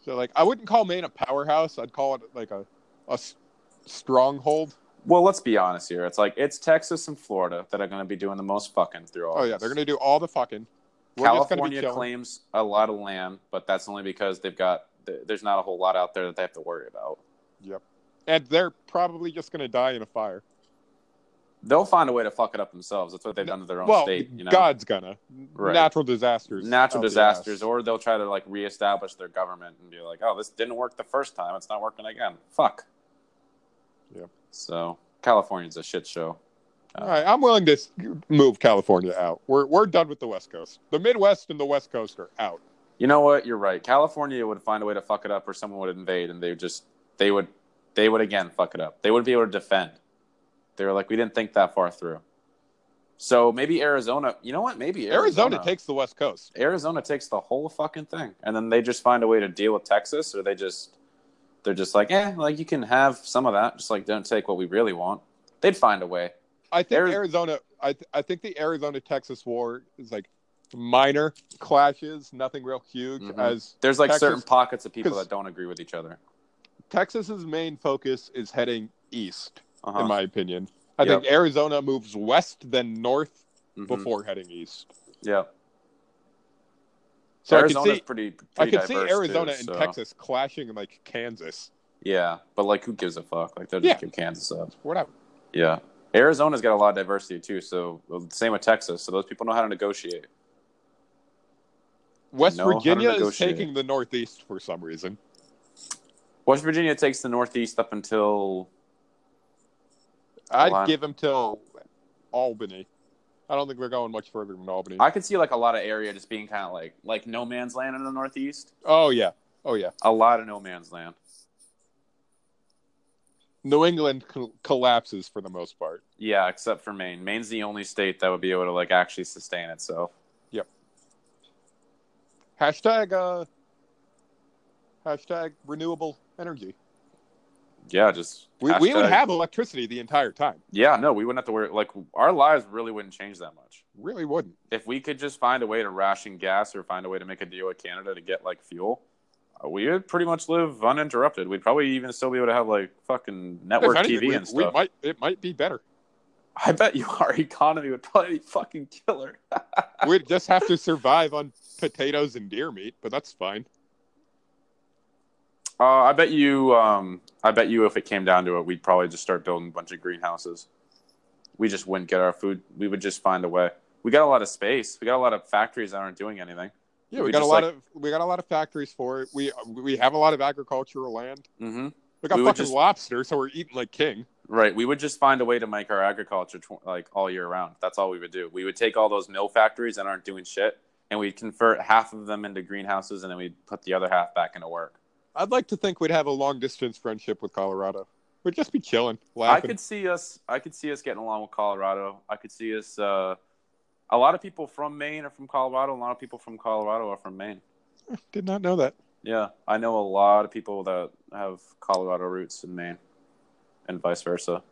S1: So, like, I wouldn't call Maine a powerhouse. I'd call it like a, a s- stronghold.
S2: Well, let's be honest here. It's like it's Texas and Florida that are going to be doing the most fucking through all.
S1: Oh, yeah. They're going to do all the fucking.
S2: to
S1: We're just going to be
S2: California
S1: chilling.
S2: claims a lot of land, but that's only because they've got th- there's not a whole lot out there that they have to worry about.
S1: And they're probably just going to die in a fire.
S2: They'll find a way to fuck it up themselves. That's what they've done to their own
S1: well,
S2: state. You know,
S1: God's going to.
S2: Right.
S1: Natural disasters. Oh,
S2: natural
S1: out the
S2: disasters,
S1: ass.
S2: or they'll try to like reestablish their government and be like, "Oh, this didn't work the first time; it's not working again." Fuck.
S1: Yeah.
S2: So California's a shit show. Uh,
S1: All right, I'm willing to s- move California out. We're we're done with the West Coast. The Midwest and the West Coast are out.
S2: You know what? You're right. California would find a way to fuck it up, or someone would invade, and they would just they would they would again fuck it up. They wouldn't be able to defend. They were like, "We didn't think that far through." So maybe Arizona. You know what? Maybe
S1: Arizona,
S2: Arizona,
S1: takes the West Coast.
S2: Arizona takes the whole fucking thing, and then they just find a way to deal with Texas, or they just they're just like, eh, like you can have some of that, just like don't take what we really want. They'd find a way.
S1: I think
S2: Ari-
S1: Arizona. I th- I think the Arizona Texas war is like minor clashes, nothing real huge.
S2: Mhm.
S1: As
S2: There's like
S1: Texas-
S2: certain pockets of people
S1: 'cause-
S2: that don't agree with each other.
S1: Texas's main focus is heading east,
S2: Uh-huh.
S1: in my opinion. I
S2: Yep.
S1: think Arizona moves west then north
S2: Mhm.
S1: before heading east.
S2: yeah,
S1: So I
S2: Arizona's
S1: could see
S2: pretty. pretty
S1: I could see
S2: diverse, too,
S1: Arizona and
S2: so-
S1: Texas clashing in like Kansas.
S2: Yeah, but like, who gives a fuck? Like, they'll
S1: Yeah.
S2: just give Kansas up.
S1: Whatever.
S2: Yeah, Arizona's got a lot of diversity too. So same with Texas. So those people know how to negotiate.
S1: West
S2: know how to
S1: Virginia is
S2: negotiate.
S1: taking the northeast for some reason.
S2: West Virginia takes the Northeast up until
S1: I'd
S2: Alon-
S1: give him till Albany. I don't think we're going much further than Albany.
S2: I could see like a lot of area just being kind of like like no man's land in the Northeast.
S1: oh yeah, oh yeah.
S2: A lot of no man's land.
S1: New England co- collapses for the most part.
S2: Yeah, except for Maine. Maine's the only state that would be able to like actually sustain itself.
S1: Hashtag uh, hashtag renewable energy.
S2: Yeah, just
S1: We, we would
S2: hashtag-
S1: have electricity the entire time.
S2: Yeah, no, we wouldn't have to worry. Like our lives really wouldn't change that much
S1: Really wouldn't.
S2: if we could just find a way to ration gas or find a way to make a deal with Canada to get like fuel. uh, We would pretty much live uninterrupted. We'd probably even still be able to have like fucking network
S1: If anything,
S2: TV
S1: we,
S2: and
S1: we
S2: stuff.
S1: might it might be better.
S2: I bet you our economy would probably be fucking killer.
S1: We'd just have to survive on potatoes and deer meat, but that's fine.
S2: Uh, I bet you. Um, I bet you, if it came down to it, we'd probably just start building a bunch of greenhouses. We just wouldn't get our food. We would just find a way. We got a lot of space. We got a lot of factories that aren't doing anything.
S1: Yeah, we,
S2: We
S1: got a
S2: just,
S1: lot
S2: like-
S1: of we got a lot of factories for it. We we have a lot of agricultural land.
S2: Mm-hmm.
S1: We got
S2: We would
S1: fucking
S2: just-
S1: lobster, so we're eating like king.
S2: Right. We would just find a way to make our agriculture tw- like all year round. That's all we would do. We would take all those mill factories that aren't doing shit, and we'd convert half of them into greenhouses, and then we'd put the other half back into work.
S1: I'd like to think we'd have a long distance friendship with Colorado. We'd just be chilling,
S2: I
S1: laughing.
S2: could see us. I could see us getting along with Colorado. I could see us. Uh, a lot of people from Maine are from Colorado. A lot of people from Colorado are from Maine.
S1: Did not know that.
S2: Yeah, I know a lot of people that have Colorado roots in Maine, and vice versa.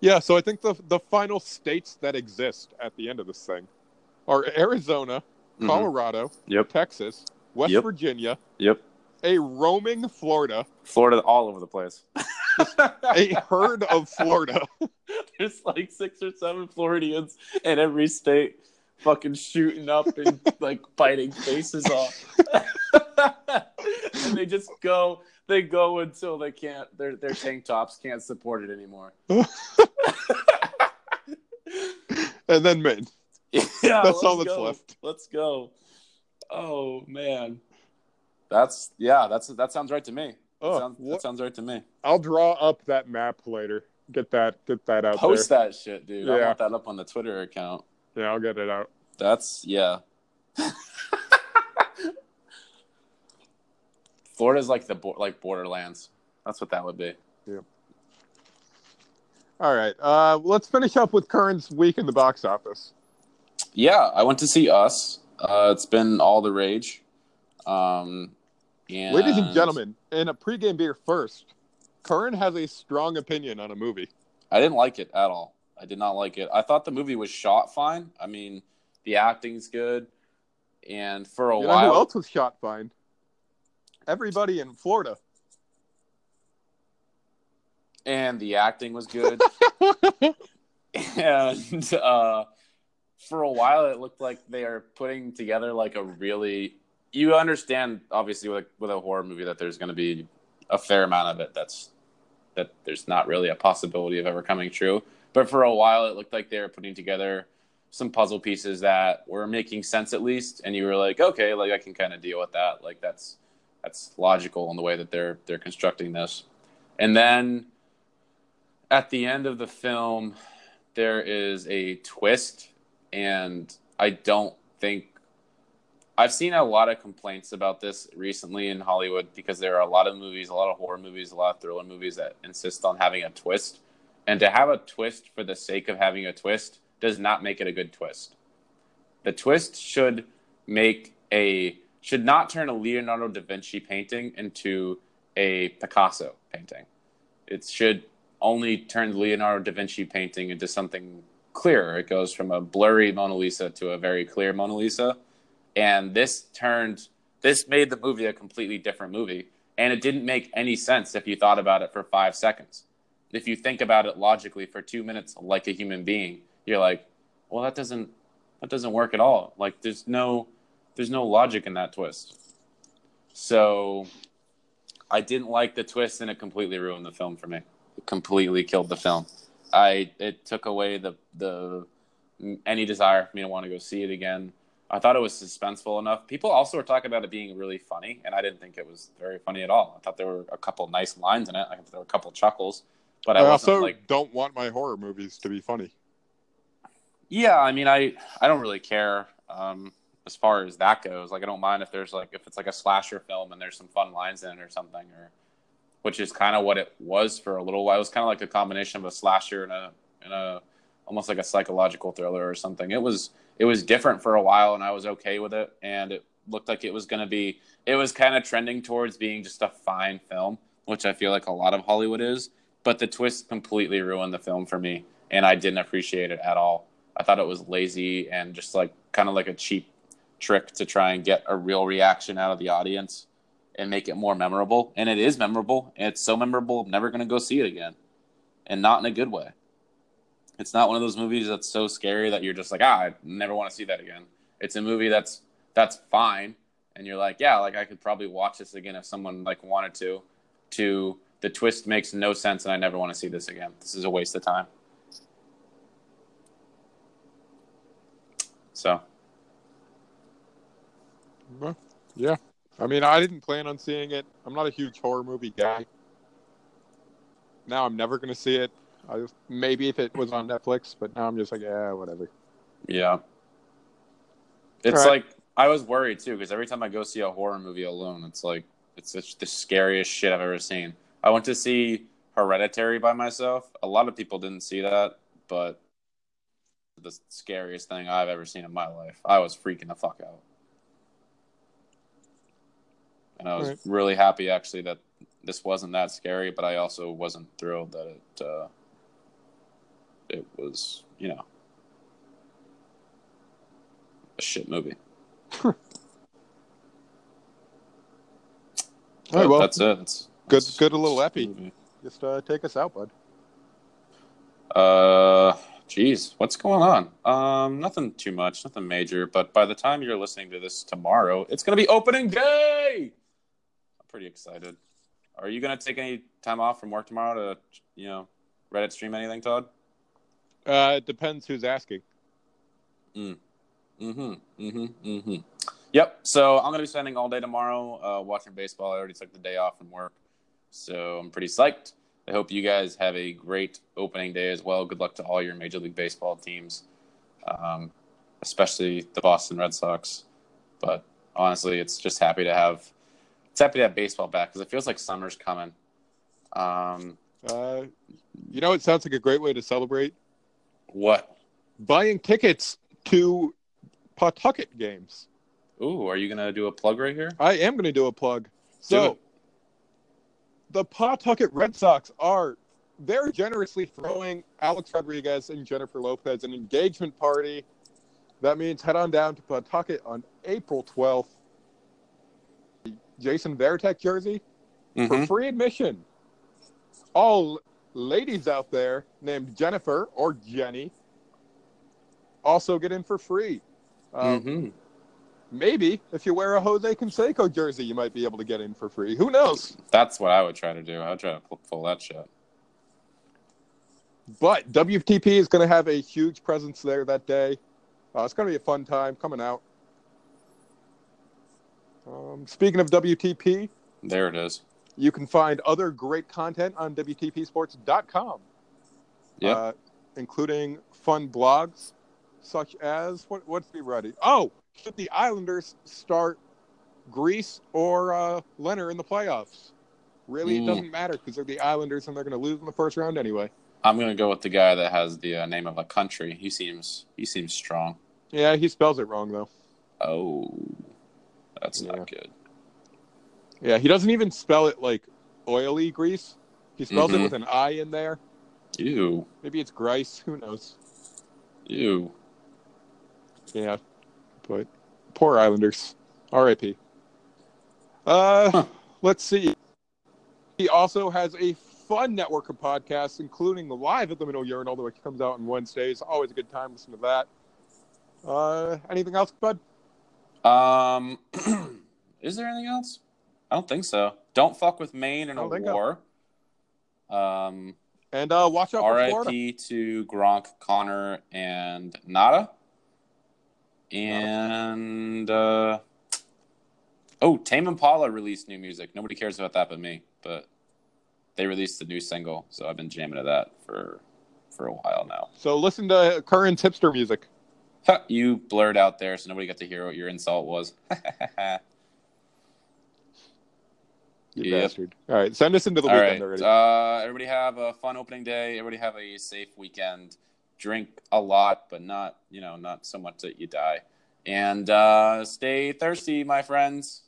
S1: Yeah, so I think the the final states that exist at the end of this thing are Arizona,
S2: Mhm.
S1: Colorado,
S2: Yep.
S1: Texas, West
S2: Yep.
S1: Virginia,
S2: Yep.
S1: a roaming Florida,
S2: Florida, all over the place.
S1: a herd of Florida.
S2: There's like six or seven Floridians in every state, fucking shooting up and like biting faces off. and they just go, they go until they can't. Their their tank tops can't support it anymore.
S1: And then Maine.
S2: Yeah,
S1: That's all
S2: let's
S1: that's
S2: go.
S1: left.
S2: Let's go. Oh man, that's yeah. That's that sounds right to me. That,
S1: Oh,
S2: sounds, that
S1: what-
S2: sounds right to me.
S1: I'll draw up that map later. Get that get that out
S2: Post
S1: there.
S2: that shit, dude. I
S1: Yeah.
S2: want that up on the Twitter account.
S1: Yeah, I'll get it out.
S2: That's yeah. Florida's like the bo- like borderlands. That's what that would be.
S1: All right. Uh, let's finish up with Curran's week in the box office.
S2: Yeah, I went to see Us. Uh, it's been all the rage. Um, and
S1: Ladies and gentlemen, in a pregame beer first, Curran has a strong opinion on a movie.
S2: I didn't like it at all. I did not like it. I thought the movie was shot fine. I mean, the acting's good, and for a
S1: You know
S2: while,
S1: who else was shot fine? Everybody in Florida.
S2: and the acting was good. and uh, for a while it looked like they are putting together like a really you understand obviously with, with a horror movie that there's going to be a fair amount of it that's that there's not really a possibility of ever coming true but for a while it looked like they were putting together some puzzle pieces that were making sense at least and you were like okay like i can kind of deal with that like that's that's logical in the way that they're they're constructing this and then at the end of the film there is a twist and i don't think i've seen a lot of complaints about this recently in hollywood because there are a lot of movies a lot of horror movies a lot of thriller movies that insist on having a twist and to have a twist for the sake of having a twist does not make it a good twist the twist should make a should not turn a leonardo da vinci painting into a picasso painting it should only turn the Leonardo da Vinci painting into something clearer. It goes from a blurry Mona Lisa to a very clear Mona Lisa. And this turned, this made the movie a completely different movie. And it didn't make any sense if you thought about it for five seconds. If you think about it logically for two minutes, like a human being, you're like, well, that doesn't, that doesn't work at all. Like there's no, there's no logic in that twist. So I didn't like the twist and it completely ruined the film for me completely killed the film. I it took away the the any desire for me to want to go see it again. I thought it was suspenseful enough. People also were talking about it being really funny, and I didn't think it was very funny at all. I thought there were a couple nice lines in it. I thought there were a couple chuckles, but I,
S1: I
S2: wasn't
S1: also
S2: like,
S1: don't want my horror movies to be funny.
S2: yeah. I mean, I I don't really care um, as far as that goes. Like, I don't mind if there's like if it's like a slasher film and there's some fun lines in it or something, or which is kind of what it was for a little while. It was kind of like a combination of a slasher and a and a almost like a psychological thriller or something. It was it was different for a while, and I was okay with it. And it looked like it was going to be. It was kind of trending towards being just a fine film, which I feel like a lot of Hollywood is. But the twist completely ruined the film for me, and I didn't appreciate it at all. I thought it was lazy and just like kind of like a cheap trick to try and get a real reaction out of the audience and make it more memorable. And it is memorable. And it's so memorable, I'm never going to go see it again. And not in a good way. It's not one of those movies that's so scary that you're just like, ah, I never want to see that again. It's a movie that's that's fine. And you're like, yeah, like I could probably watch this again if someone like wanted to. To the twist makes no sense and I never want to see this again. This is a waste of time. So
S1: Well, yeah. I mean, I didn't plan on seeing it. I'm not a huge horror movie guy. Now I'm never going to see it. I just, maybe if it was on Netflix, but now I'm just like, yeah, whatever.
S2: Yeah. It's
S1: Alright.
S2: like I was worried too because every time I go see a horror movie alone, it's like it's just the scariest shit I've ever seen. I went to see Hereditary by myself. A lot of people didn't see that, but the scariest thing I've ever seen in my life. I was freaking the fuck out. And I was
S1: Right.
S2: really happy actually that this wasn't that scary, but I also wasn't thrilled that it uh, it was, you know, a shit movie.
S1: All right, well,
S2: that's it. That's,
S1: good-
S2: that's-
S1: good little
S2: that's
S1: epi.
S2: the movie.
S1: just uh, take us out, bud.
S2: Uh, geez, what's going on? Um, nothing too much, nothing major. But by the time you're listening to this tomorrow, it's gonna be opening day. I'm pretty excited. Are you gonna take any time off from work tomorrow to, you know, Reddit stream anything, Todd?
S1: Uh, it depends who's asking.
S2: Mm-hmm. Mm-hmm. Mm-hmm. Yep. So I'm gonna be spending all day tomorrow uh, watching baseball. I already took the day off from work, so I'm pretty psyched. I hope you guys have a great opening day as well. Good luck to all your Major League Baseball teams, um, especially the Boston Red Sox. But honestly, it's just happy to have it's happy to have baseball back because it feels like summer's coming. Um,
S1: Uh, you know, it sounds like a great way to celebrate
S2: What?
S1: buying tickets to Pawtucket games.
S2: Ooh, are you gonna do a plug right here?
S1: I am going to do a plug. So,
S2: it.
S1: the Pawtucket Red Sox are they're generously throwing Alex Rodriguez and Jennifer Lopez an engagement party. That means head on down to Pawtucket on April 12th. Jason Veritek jersey
S2: Mm-hmm,
S1: for free admission. All ladies out there named Jennifer or Jenny also get in for free. Um,
S2: Mhm.
S1: Maybe if you wear a Jose Canseco jersey, you might be able to get in for free. Who knows?
S2: That's what I would try to do. I would try to pull, pull that shit.
S1: But WTP is going to have a huge presence there that day. Uh, it's going to be a fun time coming out. Um, speaking of WTP,
S2: There it is.
S1: you can find other great content on WTPsports.com.
S2: Yeah.
S1: Uh, including fun blogs such as what, what's the ready? Oh, should the Islanders start Greece or uh, Leonard in the playoffs? Really, it
S2: Mm.
S1: doesn't matter because they're the Islanders and they're going to lose in the first round anyway.
S2: I'm gonna go with the guy that has the uh, name of a country. He seems he seems strong.
S1: Yeah, he spells it wrong though.
S2: Oh, that's
S1: Yeah.
S2: not good.
S1: Yeah, he doesn't even spell it like oily grease. He spells it
S2: Mhm.
S1: with an I in there.
S2: Ew,
S1: Maybe it's Grice. Who knows?
S2: ew.
S1: Yeah, but poor Islanders. R.I.P. Uh,
S2: Huh.
S1: let's see. He also has a fun network of podcasts, including the live at the Middle Urinal, which comes out on Wednesdays. Always a good time. Listen to that. Uh, anything else, bud?
S2: Um, is there anything else? I don't think so. Don't fuck with Maine in
S1: I
S2: a
S1: don't think so.
S2: war. Um,
S1: And uh, watch out for Florida.
S2: RIP to Gronk, Connor, and Nada. And uh, oh, Tame Impala released new music. Nobody cares about that but me. But they released a new single, so I've been jamming to that for for a while now.
S1: So listen to current hipster music.
S2: Ha, you blurred out there, so nobody got to hear what your insult was.
S1: You
S2: Yep.
S1: bastard. All right, send us into the
S2: All
S1: weekend
S2: right,
S1: already.
S2: uh, everybody have a fun opening day. Everybody have a safe weekend. Drink a lot, but not you know not so much that you die. And uh, stay thirsty, my friends.